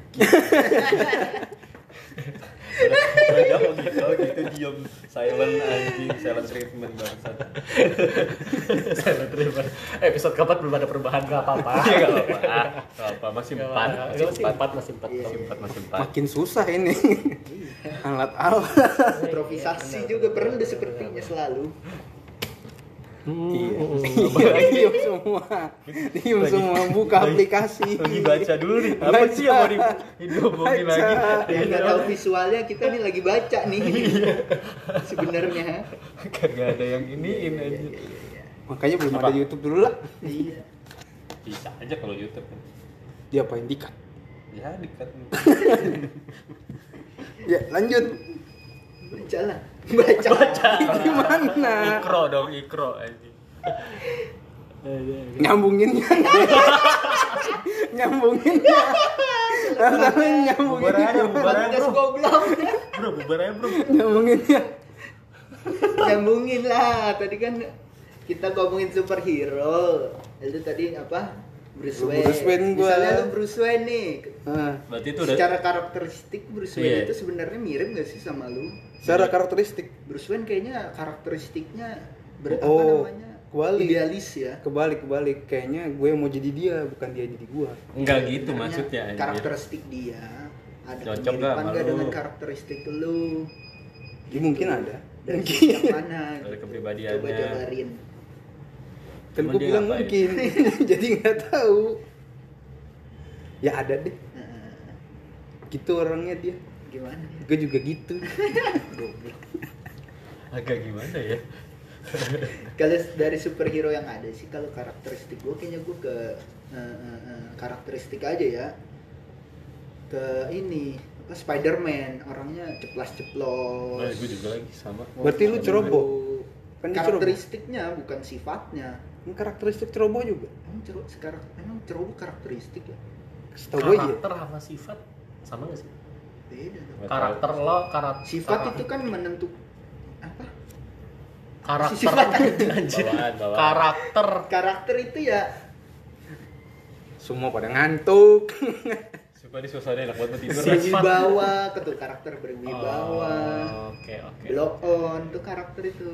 S3: Udah jawab gitu, gitu diem silent anjing, silent treatment bangsat.
S4: Saya terima. episode keempat belum ada perubahan nggak apa-apa
S3: Iya nggak apa-apa, nggak apa masih
S4: Nggak
S3: empat,
S4: apa-apa.
S3: masih empat,
S4: masih empat masih empat
S1: Iya.
S3: masih empat, masih empat.
S2: Makin susah ini. Alat-alat.
S1: Improvisasi juga perlu sepertinya selalu.
S3: Iya.
S2: Iya, diem semua. Diem
S3: Lagi-
S2: semua buka
S3: lagi-
S2: aplikasi.
S3: Lagi baca dulu nih, apa sih yang mau di dihubungin
S2: Baca.
S3: lagi?
S1: Yang nggak tahu visualnya kita nih lagi baca nih. Sebenarnya.
S3: Kagak ada yang iniin
S1: Iya,
S3: aja.
S1: iya, iya, iya.
S2: Makanya belum
S3: Apa?
S2: ada YouTube dulu lah.
S1: Iya.
S3: Bisa aja kalau YouTube kan.
S2: Diapain dikat?
S3: Ya dekat.
S2: Ya, lanjut.
S1: Baca lah. Baca. Baca.
S2: Gimana?
S3: Ikro dong, ikro anjing.
S2: Nyambunginnya. Nyambunginnya. Rasanya
S3: Bubar
S2: nyambunginnya.
S3: aja, bubar aja
S1: Podcast
S3: bro.
S1: goblok.
S3: Bro, bubar aja bro.
S2: Nyambunginnya.
S1: Nyambungin lah. Tadi kan kita ngomongin superhero. Itu tadi apa? Bruce
S2: Lu
S1: Wayne.
S2: Bruce Wayne gua.
S1: Misalnya lu Bruce Wayne nih.
S2: Ah.
S3: Berarti itu udah
S1: Secara karakteristik Bruce Wayne
S3: Iya.
S1: itu sebenarnya mirip gak sih sama lu?
S2: Secara karakteristik
S1: Bruce Wayne kayaknya karakteristiknya ber apa
S2: Oh,
S1: namanya?
S2: kuali.
S1: Idealis ya.
S2: kebalik kebalik kayaknya gue mau jadi dia bukan dia jadi gue
S3: enggak gitu
S1: Sebenarnya
S3: maksudnya anjing.
S1: Iya, Karakteristik dia ada
S3: Cocok nggak
S1: kemiripan
S3: sama
S1: nggak
S3: lu?
S1: dengan karakteristik lu?
S2: ya, mungkin ada
S1: Dari
S2: mungkin
S1: sisi yang mana?
S3: Dari
S1: gitu.
S3: kepribadiannya.
S1: Coba jabarin.
S2: kan
S3: Cuman
S2: gue
S3: dia
S2: bilang
S3: ngapain?
S2: mungkin jadi nggak tahu ya ada deh
S1: Nah,
S2: gitu orangnya dia
S1: gimana?
S2: gue juga gitu
S3: Agak gimana ya?
S1: Kalau dari superhero yang ada sih kalau karakteristik gue kayaknya gue ke eh, eh, eh, karakteristik aja ya ke ini apa Spider-Man orangnya
S3: Nah,
S1: ceplas-ceplos.
S3: gue juga lagi sama.
S2: Berarti lu ceroboh? Kan dia ceroboh.
S1: karakteristiknya bukan sifatnya.
S2: Ini karakteristik ceroboh juga
S1: Emang ceroboh sekarang emang ceroboh karakteristik ya?
S2: setahu gue iya
S4: karakter sama sifat sama gak sih
S1: Beda dong.
S3: Nggak tahu.
S4: karakter lo karakter
S1: Sifat itu kan menentukan apa?
S4: karakter Oh,
S1: Sifat.
S4: anjir
S3: Bawaan, bawaan.
S4: karakter
S1: Karakter itu ya
S2: semua pada ngantuk
S3: Sumpah ini suasana enak banget buat tidur.
S4: Sifat.
S1: berwibawa, ketul karakter berwibawa,
S4: Oh, oke oke
S1: blow on itu karakter itu.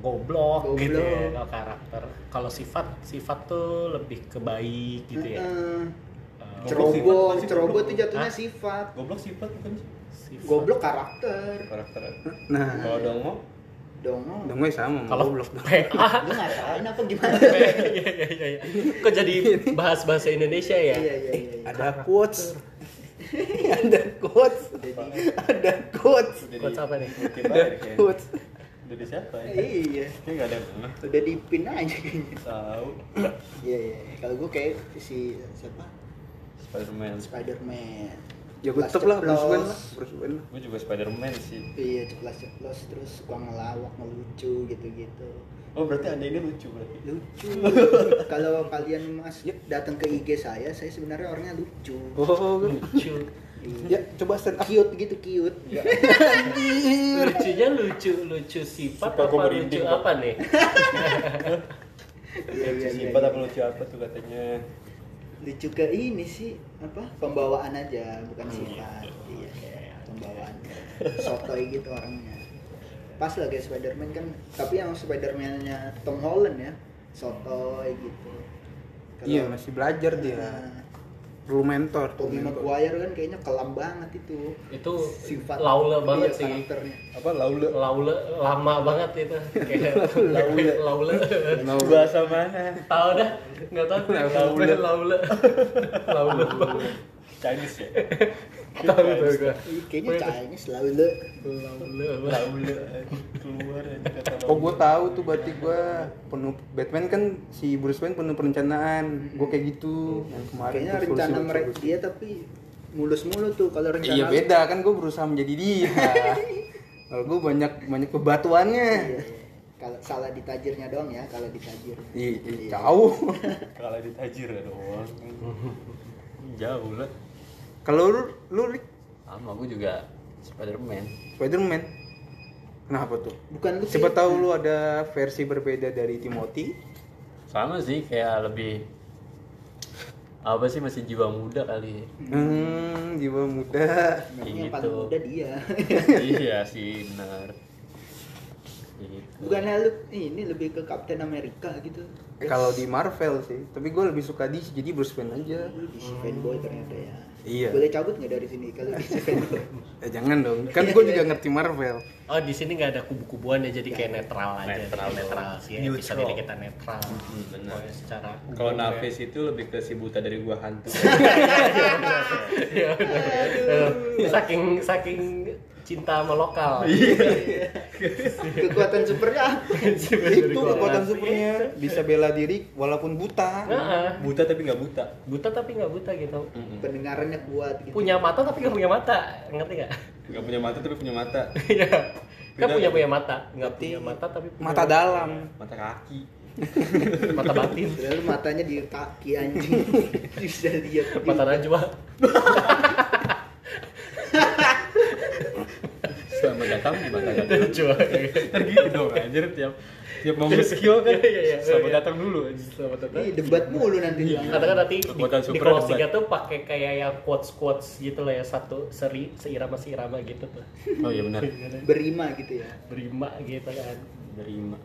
S4: goblok, gitu ya
S1: Goblok.
S4: kalau karakter kalau sifat sifat tuh lebih ke baik gitu ya
S1: Heeh.
S4: Eh,
S1: Ceroboh,
S3: Sifat.
S1: ceroboh itu jatuhnya
S4: Hah?
S1: sifat.
S3: Goblok sifat bukan sih?
S4: sifat.
S1: Goblok karakter.
S3: Karakter.
S2: nah
S3: Kalau dong mau
S1: Dong.
S2: dong gue sama
S4: kalau
S2: kalau goblok dong
S4: PA
S1: Lu ngatain apa gimana?
S4: Iya, iya, iya, iya. Kok jadi bahas bahasa Indonesia
S1: Iya
S4: ya?
S1: iya iya. iya.
S2: ada quotes ada quotes
S1: Jadi
S2: ada quotes
S3: Udah
S4: Quotes apa nih?
S3: Mungkin
S2: ada
S3: banyak ya.
S2: quotes
S3: Udah di siapa ya?
S1: iya.
S3: Ini nggak ada yang pernah
S1: Udah dipin aja kayaknya.
S3: tahu
S1: Iya iya. Kalau gue kayak si siapa?
S3: Spiderman.
S1: Spider-Man.
S2: ya gue tetep lah Bruce Wayne lah Bruce Wayne lah
S3: Gue juga Spider-Man sih.
S1: iya ceplas ceplos terus suka ngelawak ngelucu gitu gitu
S3: Oh berarti anda ini lucu berarti.
S5: Iya,
S1: lucu kalau kalian mas datang ke IG saya saya sebenarnya orangnya lucu
S2: Ya.
S1: Iya.
S2: oh gue
S4: lucu
S2: ya coba stand up
S1: cute gitu cute Nggak-
S4: lucunya lucu lucu sifat
S3: Sumpah, gua
S4: apa lucu
S3: merinding, Pak.
S4: apa nih
S1: Iya,
S3: Lucu
S1: iya, iya,
S3: sifat
S1: iya.
S3: apa lucu apa tuh katanya.
S1: lucu ke ini sih apa pembawaan aja bukan
S4: Hmm.
S1: sifat iya pembawaan sotoy gitu orangnya pas lah kayak Spiderman kan tapi yang Spiderman-nya Tom Holland ya sotoy gitu Kalau-
S2: iya masih belajar dia Iya.
S1: Nah,
S2: perlu mentor
S1: Tobey Maguire kan kayaknya kelam banget itu
S4: itu
S1: sifat
S4: laule
S1: dia,
S4: banget sih
S1: karakternya
S3: Apa laule?
S5: Oh,
S4: laule lama banget itu kayak laule laule
S2: Laule.
S3: Bahasa mana?
S4: tahu dah nggak tahu gue. laule laule laule banget.
S3: Chinese ya.
S4: tahu tuh gue
S1: Ih, kayaknya cahayanya selalu le
S4: laule banget.
S3: Laule keluar aja kata
S2: Oh
S3: laule.
S2: gue tahu tuh berarti gue penuh Batman kan si Bruce Wayne penuh perencanaan gue kayak gitu yang kemarin
S1: kayaknya
S2: tuh
S1: rencana
S2: solusi-
S1: mereka
S2: solusi.
S1: dia tapi mulus mulu tuh kalau rencana
S2: iya beda kan gue berusaha menjadi dia kalau gue banyak banyak kebatuannya
S1: Iya, iya. kalau salah di tajirnya doang ya kalau di tajir
S2: Iya. Ih, ih, jauh
S3: Kalau ditajir ya doang. Jauh lah.
S2: kalau lu lu Rick,
S5: sama gue juga Spiderman
S2: Spiderman kenapa tuh
S1: bukan lu
S2: siapa
S1: sih.
S2: tahu lu ada versi berbeda dari Timothy
S5: sama sih kayak lebih apa sih masih jiwa muda kali
S2: hmm jiwa muda
S1: Sebenarnya yang
S5: Gitu.
S1: paling muda dia
S5: iya sih benar gitu
S1: bukannya lu ini lebih ke Captain America gitu
S2: kalau di Marvel sih tapi gue lebih suka DC jadi Bruce Wayne aja
S1: Lu DC fanboy ternyata ya
S2: Hmm. Iya.
S1: boleh cabut nggak dari sini kalau DC fanboy
S2: Eh, jangan dong, kan gue juga ngerti Marvel.
S4: Oh di sini nggak ada kubu-kubuan ya jadi kayak netral aja netral, netral sih ya. bisa
S3: Neutral.
S4: jadi kita netral
S3: benar.
S4: Pokoknya secara
S3: Kalau
S4: umum ya.
S3: Nafis itu lebih ke si buta dari gua hantu.
S4: Iya, benar. saking saking cinta sama lokal
S1: kekuatan supernya apa?
S2: Itu kekuatan supernya bisa bela diri walaupun buta.
S4: Heeh.
S3: buta tapi nggak buta.
S4: buta tapi nggak buta gitu
S2: Hmm.
S1: pendengarannya kuat gitu
S4: punya mata tapi nggak punya mata ngerti nggak
S3: Nggak punya mata tapi punya mata.
S4: Iya. kan
S3: Beda.
S4: punya punya mata nggak
S2: Berarti
S4: punya mata tapi punya
S2: Mata dalam.
S3: Mata kaki.
S4: mata batin
S1: Padahal matanya di kaki anjing bisa lihat
S4: mata najwa
S5: selamat datang di mata Najwa.
S4: najwa
S3: Ntar gitu dong anjir tiap tiap mau muskio kan.
S4: Iya, iya, iya.
S3: Selamat datang dulu. anjir.
S4: Selamat datang.
S1: Ini debat mulu nanti
S4: Iya. katakan nanti di,
S3: Kekuatan
S4: di
S3: super
S4: closingnya
S3: hebat.
S4: tuh pakai kayak yang quotes quotes gitu lah ya satu seri seirama seirama gitu tuh
S5: oh iya benar
S1: berima gitu ya
S4: berima gitu kan
S5: terima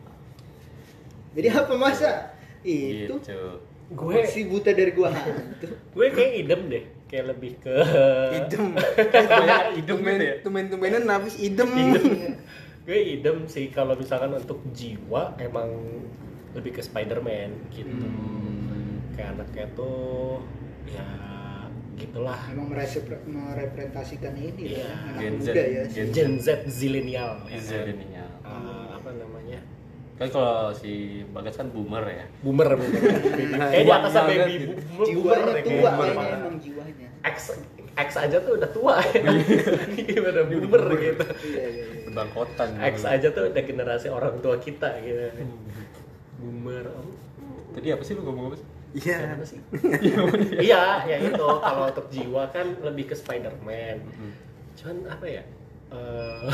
S1: jadi apa masa
S4: Iya,
S1: itu
S5: gitu
S4: gue
S1: si buta dari gua hantu
S4: gue kayak idem deh kayak lebih ke
S2: Idem.
S3: hidung gitu ya?
S2: Tumen-tumenan nafis idem.
S4: Iya. gue idem sih kalau misalkan untuk jiwa emang lebih ke Spider-Man gitu kayak anaknya tuh ya gitulah
S1: emang merese- merepresentasikan ini
S4: Iya,
S1: ya, anak
S3: Gen Z.
S1: muda ya sih.
S3: Gen Z.
S4: Gen Z zilenial ya
S5: Izin
S4: kan?
S5: ininya.
S4: Ah, apa namanya
S5: kan kalau si Bagas kan boomer ya
S4: boomer boomer kayak di atas
S2: Banget.
S4: baby bu- bu-
S1: jiwanya
S4: boomer deh, kayak
S1: tua iya.
S4: boomer.
S1: kayaknya emang jiwanya
S4: X X aja tuh udah tua ya gimana boomer gitu
S1: iya iya iya
S5: bangkotan
S4: X aja tuh udah generasi orang tua kita gitu boomer oh,
S3: Tadi apa sih lu ngomong apa sih?
S2: Iya.
S4: Gimana sih? iya, ya itu kalau untuk jiwa kan lebih ke Spider-Man. Cuman apa ya? eh,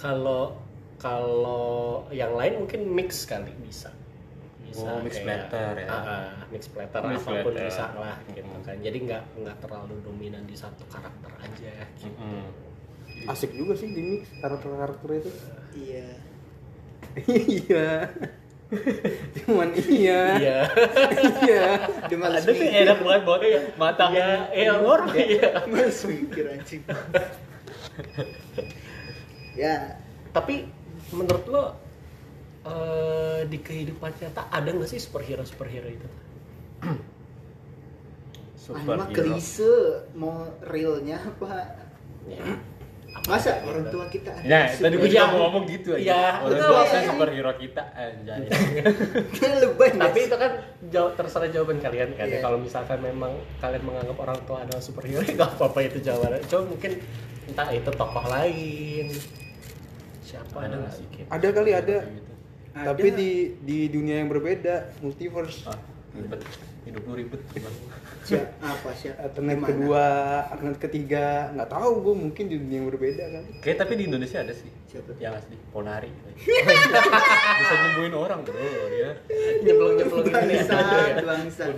S4: Kalau kalau yang lain mungkin mix kali bisa. Bisa
S5: Oh, mix platter ya.
S4: ah, ah, mix platter
S5: Mix
S4: apapun
S5: platter. Hmm.
S4: bisa lah gitu kan. Jadi nggak nggak terlalu dominan di satu karakter aja gitu.
S5: Mm-mm.
S2: Asik juga sih di mix karakter-karakter itu.
S1: iya
S2: Iya. Cuman iya.
S4: Iya.
S2: Iya.
S1: cuma
S4: Ada tuh enak banget baunya ya. Mata. Iya, eh orang iya.
S1: langsung mikir anjing ya
S4: Tapi menurut lo eh, di kehidupan nyata ada nggak sih superhero superhero itu?
S1: Anima
S5: superhero
S1: klise mau realnya apa
S4: Ya. Apa
S1: masa
S4: gitu.
S1: orang tua kita ada
S3: Nah, tadi gue juga
S4: Iya.
S3: mau ngomong gitu aja.
S4: Iya,
S3: Orang
S4: betul,
S1: iya,
S3: tua kan
S1: iya.
S3: superhero kita anjay.
S1: lebay
S4: tapi itu kan jawab terserah jawaban kalian kan
S1: Iya.
S4: ya. kalau misalkan memang kalian menganggap orang tua adalah superhero nggak apa-apa itu jawabannya cuma mungkin entah itu tokoh lain
S3: Ada
S4: siapa ada
S3: nggak sih? kayak
S2: Ada kali, ada.
S3: gitu?
S2: Tapi di di dunia yang berbeda, multiverse.
S3: Ah, ribet. Hidup lu ribet. gimana?
S1: siap apa siap
S2: Alternatif
S1: Gimana?
S2: kedua, alternatif ketiga, nggak tahu gue mungkin di dunia yang berbeda kan. kali.
S3: Kayak tapi di Indonesia ada sih.
S1: Siapa?
S3: Yang asli Ponari. Bisa nyembuhin orang, Bro, ya.
S4: nyemplung nyemplung ini ada
S1: bangsat
S4: ya
S1: bangsat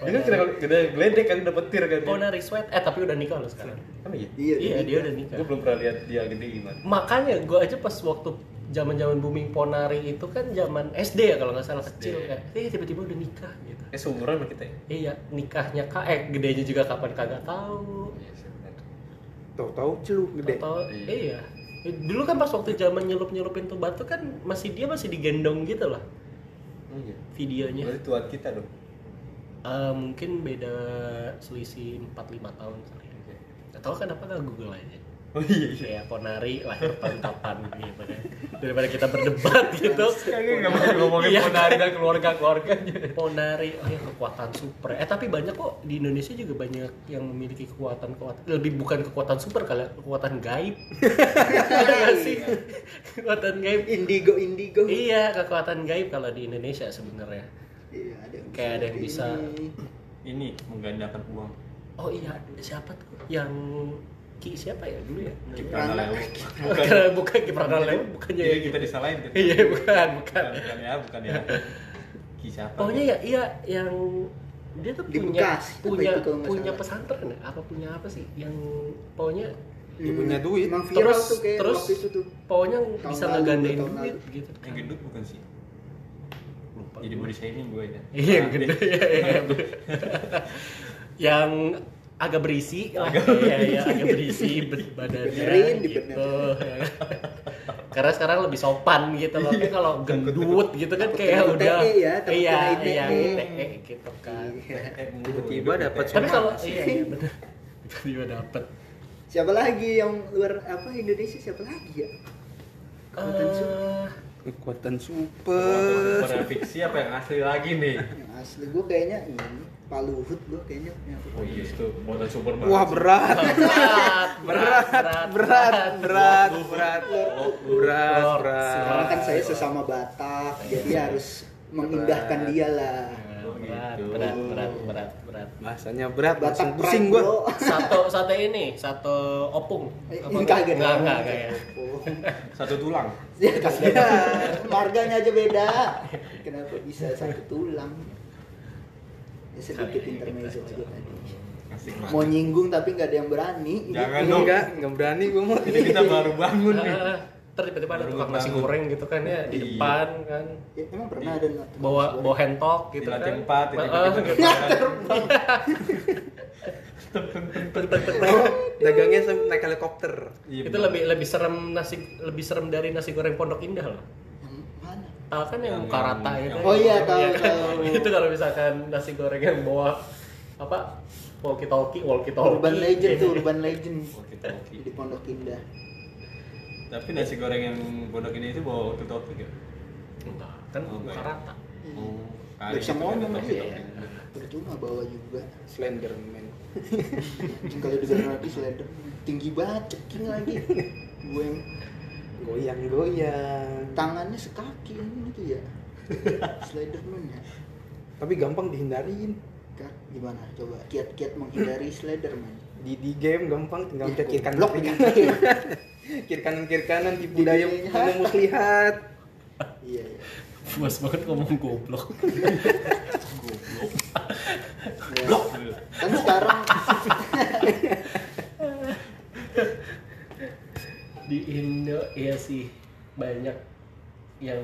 S3: Ini kan kita kita geledek kan dapat tir kan. dia.
S4: Bonari Sweat eh tapi udah nikah loh sekarang
S3: Emang iya?
S1: iya
S4: iya dia udah nikah
S3: Gue belum pernah lihat dia gede gimana.
S4: makanya gue aja pas waktu zaman zaman booming Ponari itu kan zaman SD ya kalau nggak salah kecil kan eh tiba-tiba udah nikah gitu
S3: Eh seumuran sama kita ya.
S4: iya nikahnya kak eh gedenya juga kapan kagak tahu
S3: Iya, sih, benar.
S2: Tahu-tahu celup gede.
S4: atau
S3: Iya.
S4: iya Eh, dulu kan pas waktu zaman nyelup nyelupin tuh batu kan masih dia masih digendong gitu lah
S3: Oh, iya.
S4: videonya
S3: Berarti tuan kita dong.
S4: Eh, mungkin beda selisih 4-5 tahun kali
S3: Oke.
S4: Gak tau kenapa nggak Google aja
S3: Oh iya. iya.
S4: Kayak Ponari lahir tahun kapan gitu kan Daripada kita berdebat gitu
S3: Kayaknya nggak mau ngomongin
S4: Iya.
S3: Ponari dan keluarga-keluarganya.
S4: Ponari, oh ya kekuatan super Eh tapi banyak kok di Indonesia juga banyak yang memiliki kekuatan-kekuatan Lebih bukan kekuatan super kali ya, kekuatan gaib Iya nggak sih? Kekuatan gaib
S1: indigo indigo
S4: Iya, kekuatan gaib kalau di Indonesia sebenarnya.
S1: Iya, ada yang
S4: Kayak ada yang bisa.
S1: ini.
S3: Ini menggandakan uang.
S4: Oh iya, siapa tuh yang Ki siapa ya dulu ya?
S3: Kiprana Lewo.
S4: Bukan, bukan Ki Pradana Lewo, bukannya
S3: Jadi
S4: ya.
S3: kita disalahin kan.
S4: Iya, bukan, bukan.
S3: Bukan, bukan ya, bukan ya. Ki siapa?
S4: Pokoknya ya iya yang dia tuh
S1: Di
S4: punya
S1: Bekasi, apa itu
S4: punya
S1: kalau nggak
S4: punya
S1: salah.
S4: pesantren ya? apa punya apa sih yang pokoknya
S2: Dia punya
S1: Hmm.
S2: duit.
S1: Emang viral
S4: Terus-
S1: tuh kayak
S4: terus-
S1: waktu itu tuh.
S4: pokoknya
S1: Tahun
S4: bisa
S1: lalu,
S4: ngegandain
S1: tahun
S4: duit
S1: lalu.
S4: gitu.
S3: Yang gendut bukan sih?
S4: Lupa
S3: Jadi
S4: gue.
S3: body shaming gue ya.
S4: Iya, yang gede. iya, iya. yang agak berisi lah. Iya, iya, agak berisi ben- badannya
S1: Dibenerin,
S4: gitu.
S1: dibenerin.
S4: Karena sekarang lebih sopan gitu loh. Tapi kalau gendut gitu kan
S1: Iya. Takut
S4: kayak
S1: kena
S4: udah
S1: ITE ya, takut
S4: iya,
S1: kena ITE.
S4: iya, ITE gitu kan.
S1: Iya.
S2: Tiba-tiba dapat
S4: Tapi kalau
S2: Masih.
S4: iya, iya bener. Tiba-tiba dapet.
S1: Siapa lagi yang luar apa Indonesia siapa lagi ya? Kekuatan super.
S4: Eh,
S2: Kekuatan super.
S3: Pada fiksi apa yang asli lagi nih?
S1: Yang asli gue kayaknya ini Pak Luhut gue kayaknya punya
S3: Oh iya itu modal super banget.
S2: Wah berat,
S4: berat,
S2: berat, berat, berat, berat, berat,
S1: Karena
S2: berat.
S1: kan saya sesama Batak,
S4: Iya.
S1: jadi harus mengindahkan dia lah.
S4: Berat, berat, berat, berat, berat.
S2: Bahasanya berat,
S1: Batak
S2: langsung pusing gua.
S4: satu satu ini satu opung Apa
S1: Ini kaget
S4: enggak enggak kayak
S1: Oh.
S3: Satu tulang.
S1: Ya kaget. Marganya aja beda. Kenapa bisa satu tulang? Ya, sedikit intermezzo aja tadi.
S3: Asik
S1: Mau
S3: banget.
S1: nyinggung tapi nggak ada yang berani.
S3: Jangan dong.
S2: Enggak, enggak berani gua mau.
S3: Ini kita baru bangun nih.
S4: Ah, ntar tiba-tiba ada
S3: Baru
S4: tukang nasi
S3: bangun.
S4: goreng gitu kan ya di
S3: Iya.
S4: depan kan
S1: Ya, emang pernah ada nggak?
S4: bawa bawa hentok gitu
S3: Di
S4: kan
S3: lantai empat,
S4: Ah,
S3: tiba-tiba
S4: ah,
S3: kita
S4: gitu.
S2: Dagangnya sam- naik helikopter.
S3: Iya,
S4: itu lebih lebih serem nasi lebih serem dari nasi goreng pondok indah loh
S1: Yang mana?
S4: tahu kan yang
S3: Yang-
S4: muka rata
S3: yang-
S4: itu
S1: Oh iya, tahu,
S4: kan?
S1: tahu.
S4: itu kalau misalkan nasi goreng yang bawa apa walkie talkie walkie talkie
S1: Urban legend tuh, urban legend
S3: Oke, oke.
S1: di Pondok Indah.
S3: Tapi nasi goreng yang bodoh ini itu bawa waktu topi gak?
S4: enggak kan
S3: Oh,
S4: muka
S3: baik.
S4: rata
S3: Oh,
S1: Gak bisa ngomong
S3: lagi.
S1: aja ya. Percuma bawa juga.
S2: Slenderman.
S1: Kalau dibilang lagi slender tinggi banget, ceking lagi. Gue yang
S2: Goyang-goyang.
S1: tangannya sekaki ini tuh ya. Slenderman ya.
S2: Tapi gampang dihindarin.
S1: Kak, gimana? Coba kiat-kiat menghindari Slenderman.
S2: Di di game gampang tinggal
S4: Iya.
S2: pencet kiri kanan.
S1: Blok.
S2: kiri kanan. Kiri kanan kiri kanan di budaya
S1: Di-
S2: mana muslihat.
S1: Iya, iya.
S4: puas banget ngomong goblok
S1: Ya. Kan sekarang
S4: di Indo iya sih banyak yang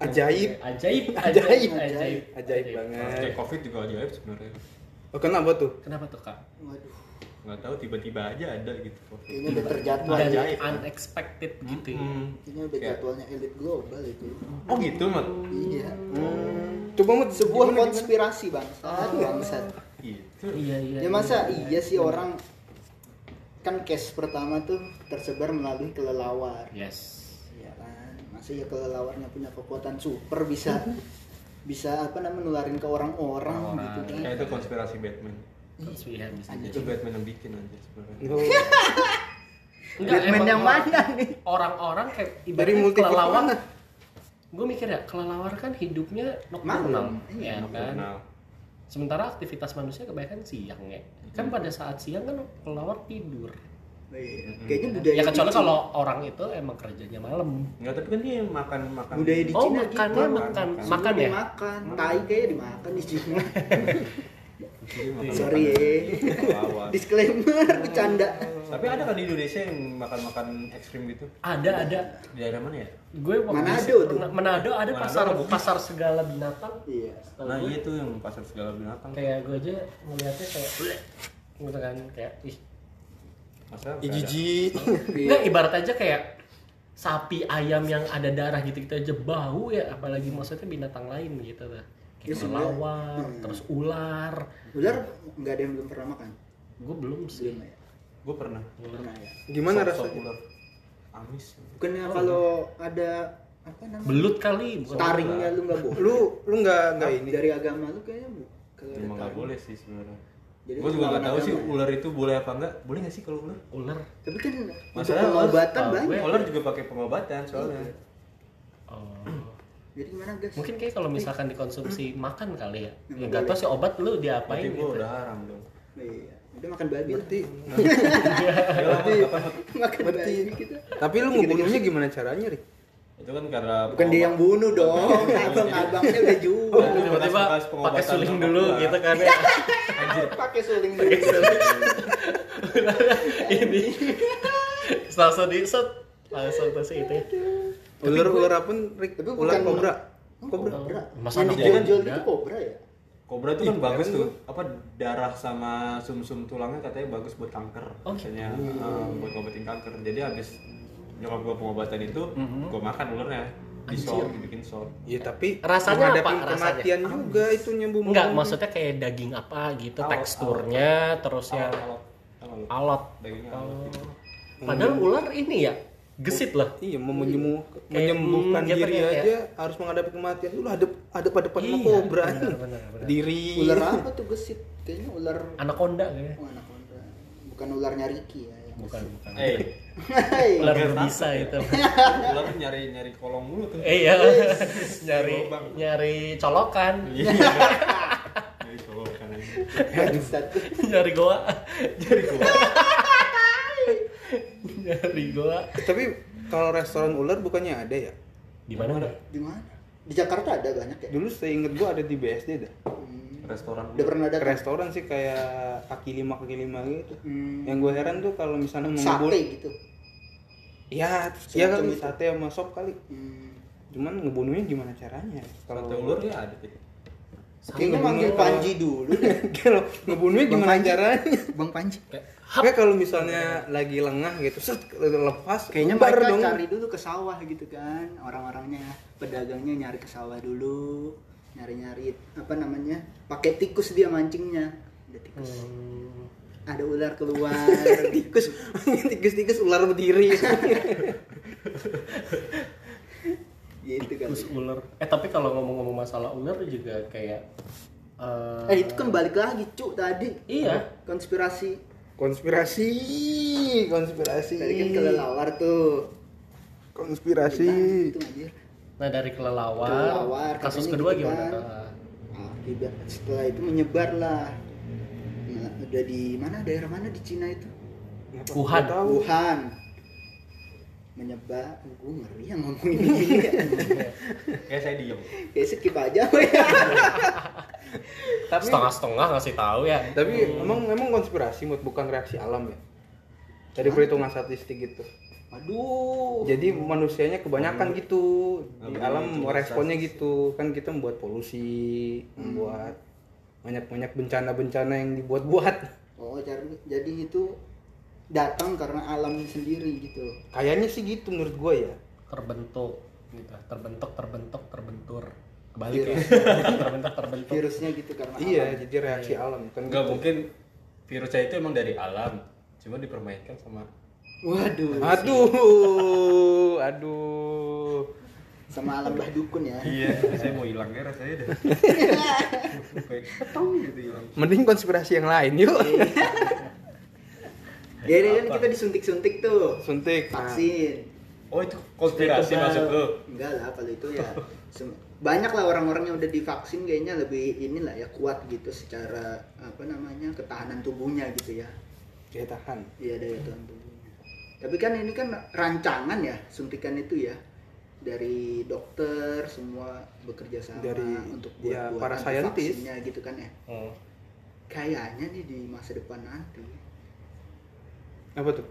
S2: Ajaib.
S4: ajaib
S2: Ajaib.
S4: ajaib
S1: Ajaib.
S2: Ajaib banget.
S3: Kayak covid juga ajaib sebenarnya.
S2: Oh, kenapa tuh?
S4: kenapa tuh kak
S1: waduh,
S3: Nggak tahu tiba-tiba aja ada gitu. Covid.
S1: kayaknya udah terjadwal
S4: dan
S1: ya.
S3: Ajaib.
S4: unexpected gitu ya.
S3: Hmm.
S1: Kayaknya udah
S3: Kayak-
S1: jadwalnya elit global itu.
S4: Hmm.
S3: Oh gitu, Mat.
S1: Iya.
S2: Coba mau
S1: Sebuah konspirasi, Bang. Bangsat.
S3: Gitu.
S4: Ah. iya iya
S1: Ya masa iya sih orang kan case pertama tuh tersebar melalui kelelawar
S4: Yes.
S1: Iya kan, masa ya kelelawarnya punya kekuatan super bisa bisa apa namanya menularin ke orang-orang
S3: orang
S1: gitu kan.
S4: Iya.
S3: kayak Ya, itu konspirasi Batman
S4: Kasihan.
S1: Iya. Anjing.
S3: itu Batman yang bikin aja sebenarnya
S1: Iya kan? Batman
S4: Enggak, emang
S1: yang
S4: orang-
S1: mana nih?
S4: Orang-orang kayak
S2: Dari
S4: ibaratnya
S2: multiverse
S4: kelelawar.
S2: banget.
S4: Gue mikir ya, kelelawar kan hidupnya
S1: Malam.
S4: nocturnal,
S1: Iya,
S4: ya kan.
S3: Nah,
S4: Sementara aktivitas manusia kebanyakan siang ya. Kan pada saat siang kan kelelawar tidur.
S1: Kayaknya budaya
S4: Ya kecuali
S1: di-
S4: kalau orang itu emang kerjanya malam.
S3: nggak tapi kan dia yang makan makan
S1: budaya di
S4: Oh,
S1: Cina
S4: makannya
S1: gitu.
S4: makan
S3: makan.
S4: makan ya.
S1: Dimakan, tai kayaknya dimakan di Cina.
S3: Dia makan-
S1: Sorry ya.
S3: Kelelawar.
S1: Disclaimer, bercanda.
S3: tapi ada kan di Indonesia yang makan makan ekstrim gitu
S4: Ada ada.
S3: di daerah mana ya
S4: Gue waktu
S1: Manado
S4: di-
S1: tuh.
S4: Manado ada
S3: Manado
S4: pasar
S3: bagus.
S4: pasar segala binatang.
S1: Iya.
S4: Setahu
S3: nah
S4: gue.
S3: iya tuh yang pasar segala binatang
S4: kayak gue aja ngeliatnya kayak "Bleh," gitu kan kayak ih
S3: masa nggak ada?
S2: Jiji.
S4: nggak ibarat aja kayak sapi ayam yang ada darah gitu gitu aja bau ya apalagi maksudnya binatang lain gitu lah
S1: Ya,
S4: kayak
S1: sebenarnya.
S4: kelawar
S1: Hmm.
S4: terus ular
S1: Ular nggak ada yang belum pernah makan.
S4: gue belum sih
S1: Belum ya.
S3: gue pernah
S4: ular
S1: Pernah ya.
S2: Gimana
S3: Sop-sop
S2: rasanya?
S3: ular. amis
S1: Bukannya kalau ada apa namanya?
S4: belut kali bukan
S1: Taringnya lu nggak boleh.
S2: Lu lu nggak nggak ini.
S1: dari agama lu kayaknya bu. Kalau ada
S3: emang nggak
S1: taring.
S3: boleh sih sebenarnya
S1: Jadi
S3: gue juga nggak tahu
S1: lawan
S3: sih
S1: agama.
S3: ular itu boleh apa enggak boleh nggak sih kalau ular
S4: ular
S1: Tapi kan untuk
S3: Masalah
S1: pengobatan
S4: harus tahu. Iya.
S1: banyak.
S3: ular juga pakai pengobatan soalnya
S4: oh.
S1: Jadi gimana guys?
S4: mungkin kayak kalau misalkan dikonsumsi makan kali ya
S1: Hmm,
S4: ya nggak tau sih obat lu diapain
S3: berarti gue
S4: gitu
S3: udah haram dong
S1: Iya. Udah makan babi. lah.
S2: Berarti
S3: ya lama kapan
S1: makan
S2: berarti.
S1: babi
S4: gitu.
S1: kita.
S2: Tapi lu ngebunuhnya gimana caranya, Rik?
S3: itu kan karena
S1: Bukan dia yang bunuh dong. Abang-abangnya udah jual.
S3: Itu
S4: tiba-tiba
S3: bekas- bekas
S4: pakai
S3: pengobatan
S4: suling
S3: sama
S4: dulu
S3: ular.
S4: gitu kan ya
S1: Pakai suling dulu.
S4: ini langsung di set langsung pasti itu ya.
S2: Ular ular apa, Rik?
S1: Tapi
S2: Ular
S1: bukan-
S2: kobra.
S1: Kobra.
S4: Hmm?
S2: Kobra.
S1: Oh, Kobra.
S4: Masa
S1: Yang
S4: anak
S1: dijual
S4: muda?
S1: itu kobra ya?
S3: Kobra tuh kan
S2: Ih,
S3: bagus
S2: heran
S3: tuh. Apa darah sama sumsum tulangnya katanya bagus buat kanker.
S4: Oh,
S3: Katanya eh, buat ngobatin kanker. Jadi abis nyokap gua pengobatan itu, gua makan ularnya. Di sop, dibikin sop.
S2: Ya tapi
S4: Rasanya
S2: menghadapi
S4: apa? Rasanya.
S2: kematian juga itunya bumbu.
S4: Enggak, maksudnya kayak daging apa gitu,
S3: Alot,
S4: teksturnya, terus yang
S3: Alot, alot. alot.
S4: alot.
S3: Dagingnya alot gitu.
S4: Padahal ular ini ya, gesit lah.
S2: Iya, mau menyembuh,
S4: Kayak,
S2: menyembuhkan
S4: mm, gitu
S2: diri
S4: ya, kayak-
S2: aja harus menghadapi kematian. Lu hadap hadap hadapan sama
S4: Iya,
S2: kobra.
S4: benar, benar, benar.
S2: Diri.
S1: Ular apa tuh gesit? Kayaknya ular
S4: Anaconda kayaknya.
S1: Oh, anaconda. Bukan ularnya Ricky ya. yang
S4: Bukan,
S1: gesit.
S4: bukan.
S3: Eh,
S1: Hei.
S4: Ular berbisa itu.
S3: ular tuh nyari nyari kolong mulu tuh.
S4: Eh ya, nyari
S3: Lubang.
S4: nyari colokan,
S3: Iya. Nyari kolong kan.
S1: Satu.
S4: nyari goa,
S3: Nyari kolong.
S4: nyari goa.
S2: Tapi kalau restoran ular bukannya ada ya?
S4: Di mana? Mbak?
S1: Di mana? Di Jakarta ada banyak ya.
S2: Dulu saya inget gua ada di BSD dah.
S1: Hmm.
S3: Restoran.
S1: Udah pernah
S2: Ke
S1: datang?
S2: restoran sih kayak kaki lima kaki lima gitu.
S1: Hmm.
S2: Yang gue heran tuh kalau misalnya mau
S1: Sate Iya,
S2: ngebunuh,
S1: gitu.
S2: ya, ya kan
S1: Semacam itu.
S2: sate sama sop kali.
S1: Hmm.
S2: Cuman ngebunuhnya gimana caranya? Kalau
S3: Sate ular ya ada. tuh.
S1: Kayaknya manggil Panji dulu deh.
S2: kalau ngebunuhnya gimana caranya?
S1: Bang Panji.
S2: Kayak kalau misalnya lagi lengah gitu, set lepas,
S1: Kayaknya
S2: ubar
S1: mereka cari dulu ke sawah gitu kan, orang-orangnya, pedagangnya nyari ke sawah dulu, nyari-nyari apa namanya, pakai tikus dia mancingnya, ada tikus,
S4: Hmm,
S1: ada ular keluar,
S2: tikus tikus-tikus ular berdiri
S1: gitu kan.
S4: Terus ular. Eh tapi kalau ngomong-ngomong masalah ular juga kayak eh,
S1: Eh itu kan balik lagi cuk tadi.
S4: Iya.
S1: Konspirasi.
S2: konspirasi konspirasi
S1: Tadi kan kelelawar tuh.
S2: konspirasi
S1: Nah, itu anjir.
S4: Nah dari kelelawar,
S1: Kelelawar,
S4: kasus
S1: katanya
S4: kedua
S1: gitu
S4: gimana?
S1: kan.
S4: Kak?
S1: Akibat setelah itu menyebar lah. Nah, udah di mana daerah mana di Cina itu?
S4: Wuhan.
S2: Nggak tahu.
S1: Wuhan menyebar gue ngeri yang ngomongin ini
S3: Kayak saya diem.
S1: kayak skip aja
S2: tapi
S4: Setengah-setengah ngasih tahu ya.
S2: tapi emang emang konspirasi Mut, bukan reaksi alam ya dari perhitungan statistik gitu
S1: aduh
S2: jadi manusianya kebanyakan gitu di
S3: Nggak
S2: alam
S3: begitu,
S2: responnya gitu kan kita membuat polusi membuat banyak banyak bencana-bencana yang dibuat-buat
S1: oh jar- jadi itu datang karena alamnya sendiri gitu
S2: kayaknya sih gitu menurut gue ya
S4: Terbentuk gitu. Terbentuk, terbentuk, terbentur.
S1: Iya.
S4: Kebalik ya. terbentuk, terbentuk.
S1: virusnya gitu karena
S2: iya jadi reaksi alam kan
S3: Enggak
S2: gitu.
S3: mungkin virusnya itu emang dari alam. cuma dipermainkan sama
S1: Waduh.
S2: Aduh, aduh.
S1: Sama alam bah dukun ya.
S3: iya saya mau hilang ya rasanya dah kayak ketong gitu hilang
S2: Mending konspirasi yang lain yuk.
S1: Ya ini kan kita disuntik-suntik tuh.
S2: Suntik. Nah,
S1: Vaksin.
S3: oh itu konspirasi
S1: Kebal.
S3: masuk lu
S1: Enggak lah kalau itu ya sem- banyak lah orang-orang yang udah divaksin kayaknya lebih inilah ya kuat gitu secara apa namanya ketahanan tubuhnya gitu ya.
S2: Dia tahan.
S1: Iya daya tahan tubuhnya. Tapi kan ini kan rancangan ya suntikan itu ya dari dokter semua bekerja sama
S2: Dari,
S1: untuk buat
S2: ya,
S1: buatan
S2: para saintis.
S1: vaksinnya gitu kan ya.
S3: Oh.
S4: Hmm.
S1: Kayaknya nih di masa depan nanti
S2: Apa tuh?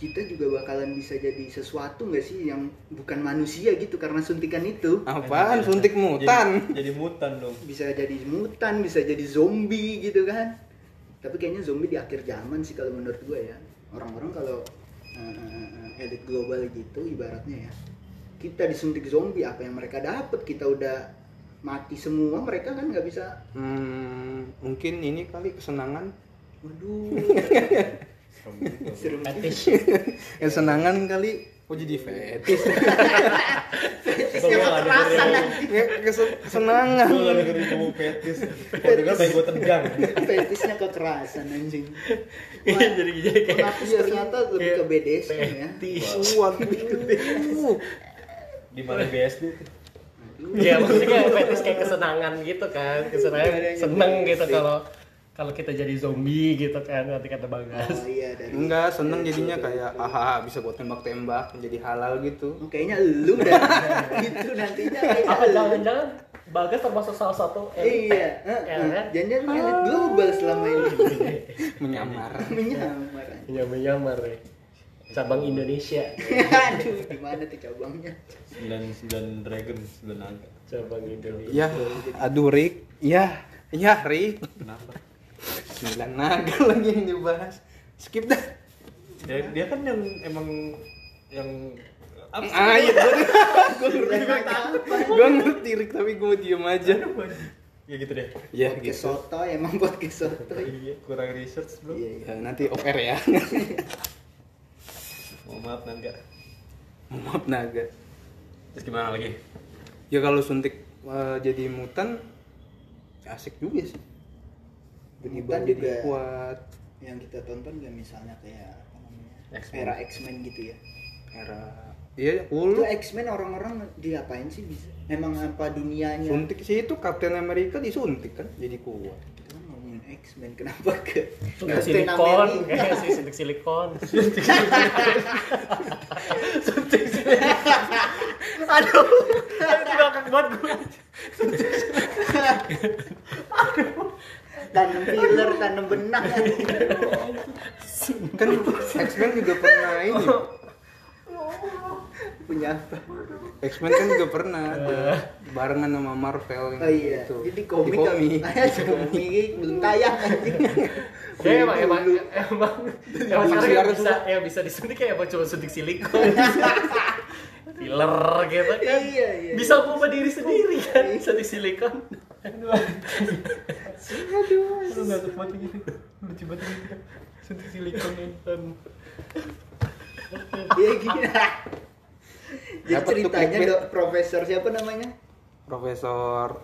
S1: kita juga bakalan bisa jadi sesuatu nggak sih yang bukan manusia gitu karena suntikan itu
S2: Ah. Apaan? Suntik mutan.
S3: jadi, jadi mutan dong
S1: bisa jadi mutan bisa jadi zombie gitu kan tapi kayaknya zombie di akhir zaman sih kalau menurut gue ya orang-orang kalau eh, eh, eh, elit global gitu ibaratnya ya kita disuntik zombie apa yang mereka dapat kita udah mati semua mereka kan nggak bisa
S2: Hmm, mungkin ini kali kesenangan.
S1: waduh
S3: serem gitu
S1: serem
S4: Fetish.
S2: Kesenangan kali. Kok Oh, jadi fetis?
S1: Fetisnya kekerasan nanti
S2: Kesen- Ya, Kesenangan.
S3: gue gak dengerin ngomong petis kalau denger kayak gue tendang
S1: fetisnya ya, kekerasan anjing
S4: Iya, jadi jadi kayak
S1: Penafis ternyata lebih ke BDSM ya
S2: Waduh.
S3: di mana BSD tuh
S1: Aduh.
S4: Iya maksudnya kayak fetish kayak kesenangan gitu kan,
S1: Iya,
S4: kesenangan seneng gitu kalau kalau kita jadi zombie gitu kan nanti kata
S1: Oh
S4: bagas.
S1: iya dari
S2: Enggak, seneng jadinya kayak aha bisa gua tembak-tembak menjadi halal gitu.
S1: Oh, kayaknya lu dan gitu nantinya Iya. kayaknya
S4: Apa
S1: elu.
S4: jangan-jangan bagas termasuk salah satu elit?
S1: Iya,
S4: Ya
S1: heeh.
S4: kan?
S1: Jadi lu elit global selama ini.
S2: Menyamar.
S1: Menyamar. anjing.
S4: Menyamar-nyamar ya. Cabang Indonesia,
S1: Aduh, gimana tuh cabangnya?
S3: sembilan sembilan dragon sembilan naga
S4: cabang Indonesia.
S2: Ya, aduh Rik. Ya, ya Rik.
S3: kenapa
S2: Sembilan naga lagi yang dibahas. Skip dah.
S3: dia, dia kan yang emang yang apa sih?
S2: Ah, iya, gua-
S1: Udah apa?
S2: gua ngerti Rik tapi gua mau diem aja.
S3: ya gitu deh
S2: Ya
S1: Podcast
S2: gitu.
S1: soto emang podcast soto.
S3: iya kurang research bro
S1: Iya, iya.
S2: Ya, nanti off air ya.
S3: oh, maaf naga
S2: Maaf naga.
S5: Terus gimana lagi?
S2: Ya kalau suntik eh, jadi mutan asik juga sih.
S1: Mutan
S2: Benih-benih
S1: juga.
S2: kuat.
S1: Yang kita tonton gak misalnya kayak apa namanya?
S5: X-Men.
S1: Era X-Men gitu ya.
S2: Era Iya,
S1: Itu
S2: ulu.
S1: X-Men orang-orang diapain sih bisa? Emang apa dunianya?
S2: Suntik sih itu Captain America disuntik kan jadi kuat.
S1: Kita kan ngomongin X-Men kenapa ke
S4: Suntik
S1: Captain
S4: silikon,
S1: America?
S4: kayak sih suntik silikon.
S1: Aduh.
S4: Itu ngakak banget gue.
S1: Tanam filler, tanam benang.
S2: Kan X-Men juga pernah ini.
S1: Oh. Punya apa?
S2: X-Men kan juga pernah ada barengan sama Marvel
S1: Eh. Oh
S2: yang
S1: iya.
S2: gitu.
S1: Jadi komik.
S2: Di
S1: komik. komik belum tayang anjing.
S4: Ya emang emang emang emang sekarang yang bisa yang bisa disuntik kayak emang cuma suntik silikon, filler gitu kan.
S1: Iya, iya.
S4: Bisa berubah diri sendiri kan, suntik silikon.
S3: lu nggak sempat gitu lucu banget gitu
S4: Suntik silikon instan.
S1: Iya gila. Jadi
S2: Dapat tuh
S1: ceritanya
S2: clickbait.
S1: dok, profesor siapa namanya?
S2: Profesor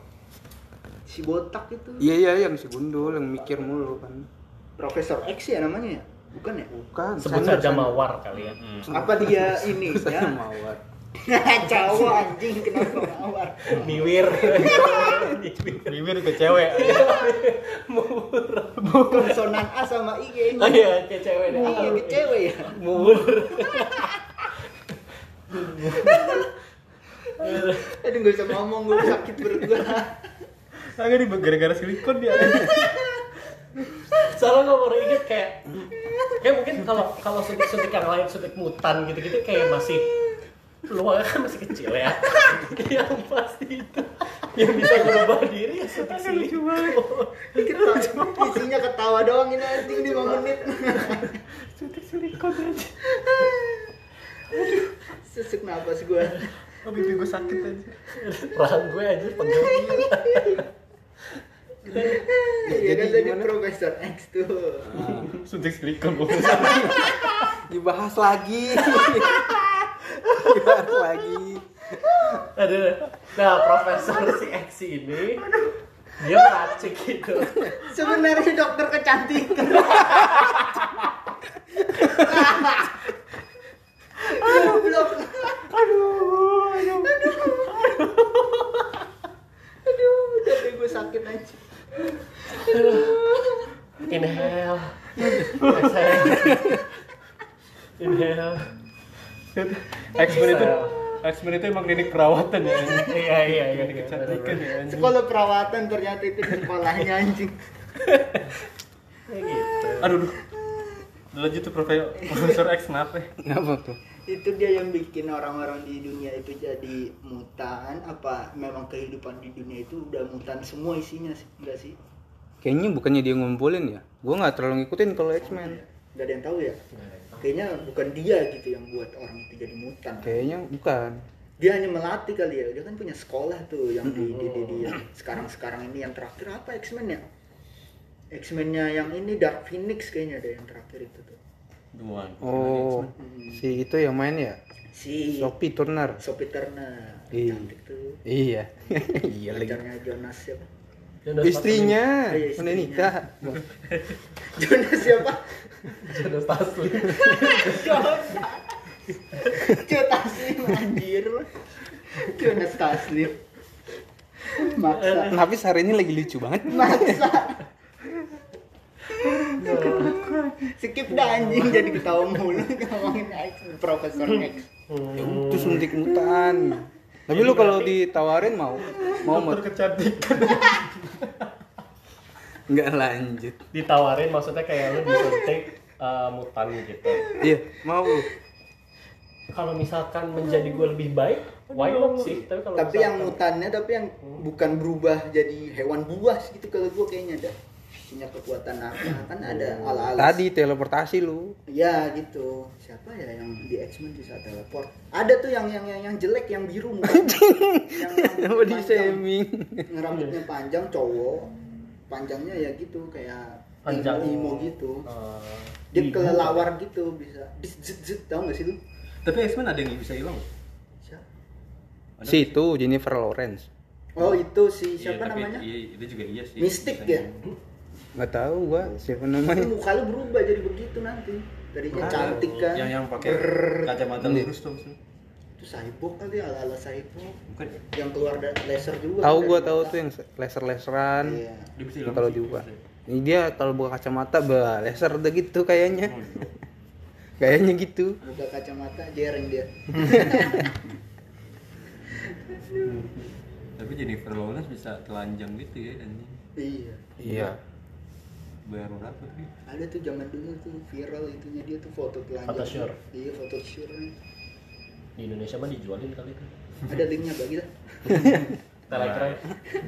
S1: Si botak itu.
S2: Iya iya yang si gundul yang mikir mulu kan.
S1: Profesor X ya namanya ya? Bukan ya?
S2: Bukan.
S4: Sebut
S2: Sanders,
S4: saja
S2: Sanders.
S4: mawar kali ya.
S1: Apa dia ini
S2: Saya
S1: ya?
S2: Iya, mawar.
S1: Cowok anjing kenapa mawar?
S4: Miwir.
S3: Mimin ke cewek
S1: Konsonan A sama I
S4: Oh
S1: kayaknya.
S4: iya, kayak cewek deh.
S1: Iya, ke cewek ya.
S4: Mawar.
S1: Aduh gak bisa ngomong, gue sakit perut gue
S3: naga di gara-gara silikon dia
S4: Soalnya gue baru inget kayak kayak mungkin kalau kalau suntik-suntik yang lain suntik mutan gitu-gitu kayak masih peluangnya kan masih kecil ya. yang pasti itu yang bisa berubah diri ya suntik silikon.
S1: Ketawa- Isinya ketawa doang ini anjing 5 menit
S4: suntik silikon aja.
S1: Sesek napas gue
S3: oh bibi gue sakit aja
S4: Rahang gue aja pegel.
S1: Ya,
S2: jadi
S1: kan tadi
S2: gimana?
S1: Profesor X tuh.
S3: suntik silikon gua.
S2: dibahas lagi dibahas lagi
S4: Ada. Nah, profesor si X ini dia meracik gitu.
S1: Sebenarnya dokter kecantikan. Goblok. Aduh, tapi gue sakit aja.
S4: Inhale. Exhale. Inhale.
S3: X-Men itu X-Men itu emang klinik perawatan ya.
S4: Iya iya iya.
S3: Klinik kecantikan ya. anjing.
S1: Sekolah perawatan ternyata itu sekolahnya anjing.
S4: Kayak gitu.
S3: Aduh. aduh. Lanjut tuh Profe- Profesor X eh. kenapa?
S2: apa tuh
S1: itu dia yang bikin orang-orang di dunia itu jadi mutan apa memang kehidupan di dunia itu udah mutan semua isinya sih enggak sih
S2: kayaknya bukannya dia ngumpulin ya gue nggak terlalu ngikutin kalau X-Men
S1: nggak ada yang tahu ya kayaknya bukan dia gitu yang buat orang itu jadi mutan
S2: kayaknya bukan
S1: dia hanya melatih kali ya dia kan punya sekolah tuh yang di di, di, di- yang sekarang sekarang ini yang terakhir apa X-Men ya X-Men-nya yang ini Dark Phoenix kayaknya ada yang terakhir itu tuh
S5: Duan.
S2: oh si itu yang main ya
S1: si
S2: Sophie Turner
S1: Sophie Turner
S2: Ih.
S1: cantik tuh
S2: iya iya lagi
S1: pacarnya Jonas siapa
S4: Jonas
S2: istrinya
S1: Iya, istrinya.
S2: udah nikah
S1: Jonas siapa
S4: Taslim. Jonas Taslim.
S1: Cio Taslim anjir Jonas Taslim Maksa
S2: Nafis hari ini lagi lucu banget
S1: Maksa Skip dah anjing jadi ketawa mulu ngomongin X, Profesor X
S4: Hmm.
S2: itu suntik mutan tapi lu kalau ditawarin mau mau mau
S3: Dokter kecantikan.
S2: nggak lanjut
S4: Ditawarin maksudnya kayak lu disuntik eh, mutan gitu.
S2: iya mau lu
S4: Kalau misalkan menjadi gue lebih baik, why not sih? Tapi kalau
S1: Tapi yang
S4: misalkan-
S1: mutannya tapi yang bukan berubah jadi hewan buas gitu kalau gua kayaknya ada punya kekuatan apa kan ada
S4: Oh.
S1: ala-ala
S2: tadi teleportasi lu
S1: Ya gitu. Siapa ya yang di X-Men bisa teleport? Ada tuh yang yang yang, yang jelek yang biru mukanya. yang
S2: Kenapa di
S1: rambutnya panjang,
S2: shaming?
S1: yang rambutnya panjang cowok. Panjangnya ya gitu kayak
S4: Panjang.
S1: imo gitu.
S4: Eh,
S1: Dia
S3: Iya.
S4: ibu.
S1: kelelawar gitu bisa. Dis zit zit tau gak sih lu?
S3: Tapi X-Men ada yang bisa hilang.
S1: Siapa?
S2: Si itu Jennifer Lawrence.
S1: Oh itu si
S3: Iya,
S1: siapa
S3: tapi
S1: namanya?
S3: Iya, itu juga iya sih.
S1: Mystic
S3: Bisa
S1: ya.
S2: Nggak tahu gua siapa
S1: Tapi
S2: namanya.
S1: muka lu berubah jadi begitu nanti. Tadinya
S3: hilang.
S1: cantik kan.
S3: Yang yang pakai kacamata lurus tuh maksudnya.
S1: Itu cyborg kali ala-ala cyborg.
S3: Bukan ya?
S1: Yang keluar dari laser juga.
S2: Tahu
S1: dari
S2: gua tahu
S1: mata.
S2: tuh yang kan. laser-laseran.
S1: Iya.
S3: Dia bisa hilang.
S2: Kalau diubah. Ini dia kalau buka kacamata bah laser udah gitu kayaknya. Kayaknya gitu.
S1: buka kacamata jereng dia
S3: Tapi Jennifer Lawrence bisa telanjang gitu ya dan
S1: iya
S2: Iya.
S3: bayar berapa tuh?
S1: ada tuh zaman dulu tuh viral itunya dia tuh foto telanjang
S4: Foto sure.
S1: iya foto sure
S4: di Indonesia mah dijualin kali itu.
S1: ada linknya bagi lah
S3: Nah.
S4: Telegram.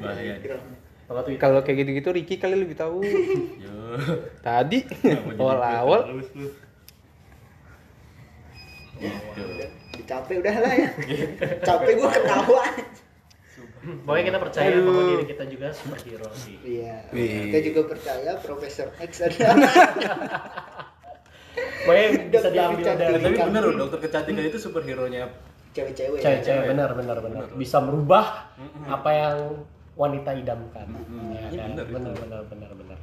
S3: Bahaya.
S1: Telegram.
S4: Kalau Twitter.
S2: Kalau kayak gitu-gitu Ricky kali lebih tahu.
S3: Yo.
S2: Tadi
S3: Kenapa jadi
S2: awal-awal
S3: terus lu? Gitu.
S1: Udah, capek udah lah ya capek gua ketawa
S4: Hmm, Pokoknya kita percaya bahwa diri kita juga superhero sih.
S1: iya
S2: Wih.
S1: kita juga percaya Profesor X adalah
S4: Pokoknya bisa diambil dari
S3: Tapi bener loh, dokter kecantikan itu superhero nya
S1: cewek-cewek ya.
S4: cewek-cewek benar benar benar bisa merubah apa yang wanita idamkan. Ya
S3: Iya,
S4: kan?
S3: benar,
S4: Benar benar benar benar.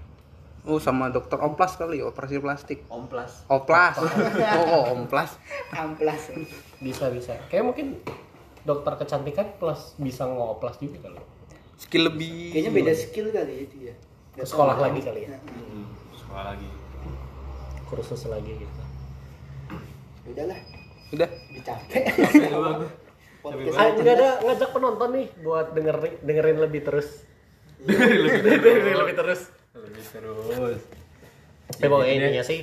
S2: oh sama dokter Oplas kali operasi plastik.
S3: Omplas.
S2: Oplas.
S1: iya.
S2: Oh, Oplas.
S1: amplas
S4: Bisa bisa. Kayak mungkin dokter kecantikan plus bisa ngoplas juga kalau
S2: Skill lebih.
S1: kayaknya beda skill kali itu ya
S4: ke sekolah lagi kali ya.
S3: Hmm, sekolah lagi.
S4: Kursus lagi gitu.
S1: udahlah
S2: Udah.
S1: udah capek podcast
S4: Ah, juga ada ngajak penonton nih buat dengerin dengerin lebih terus. dengerin lebih terus.
S3: Lebih terus.
S4: Tapi pokoknya intinya sih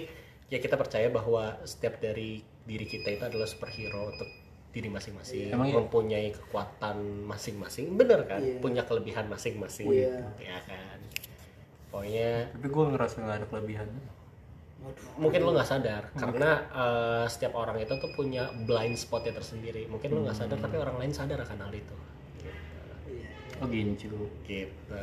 S4: ya kita percaya bahwa setiap dari diri kita itu adalah superhero untuk diri masing-masing
S5: Emang iya?
S4: mempunyai kekuatan masing-masing bener kan
S1: Iya.
S4: punya kelebihan masing-masing
S1: Iya.
S4: ya kan pokoknya
S5: Tapi gue ngerasa nggak ada kelebihannya.
S4: mungkin lo nggak sadar karena eh, setiap orang itu tuh punya blind spotnya tersendiri mungkin lo nggak
S3: Hmm.
S4: sadar tapi orang lain sadar akan hal itu
S1: Iya.
S5: Oh gincil.
S4: gitu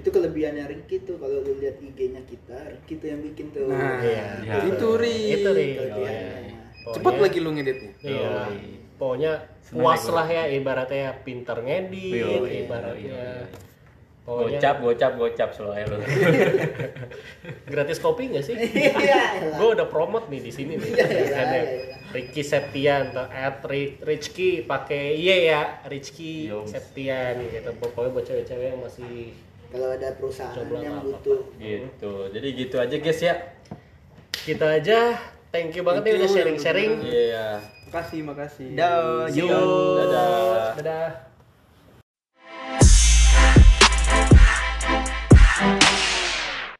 S1: itu kelebihannya Ricky tuh kalau lu lihat IG-nya kita Ricky tuh yang bikin tuh
S2: Nah,
S3: Iya.
S2: itu Ri.
S4: Itu Ri. Iya.
S1: kelebihannya
S2: Cepet
S4: Pokoknya-
S2: lagi lu ngeditnya.
S4: Iya.
S3: Yoi.
S4: Pokoknya
S3: Seneng
S4: puas
S3: deh
S4: lah ya ibaratnya ya pinter ngedit,
S3: Yoi, yoi,
S4: ibaratnya.
S3: yoi.
S4: Pokoknya
S3: Gocap, gocap, gocap selalu lu.
S4: gratis kopi nggak sih?
S1: iya
S4: gue udah promote nih di sini nih.
S1: Iya, iya,
S4: Misalnya,
S1: iya.
S4: Ricky Septian atau at Ri- Rizky pakai Y ya Rizky
S3: Yo.
S4: Septian gitu pokoknya buat cewek-cewek yang masih
S1: kalau ada perusahaan
S4: Coba
S1: yang
S4: nggak
S1: butuh
S3: gitu. Jadi gitu aja guys ya.
S4: kita aja thank you banget
S2: Thank
S4: nih udah
S2: you.
S4: sharing-sharing
S3: Iya.
S2: Makasih, makasih.
S3: Dadah.
S4: Yo.
S3: Dadah.
S4: dadah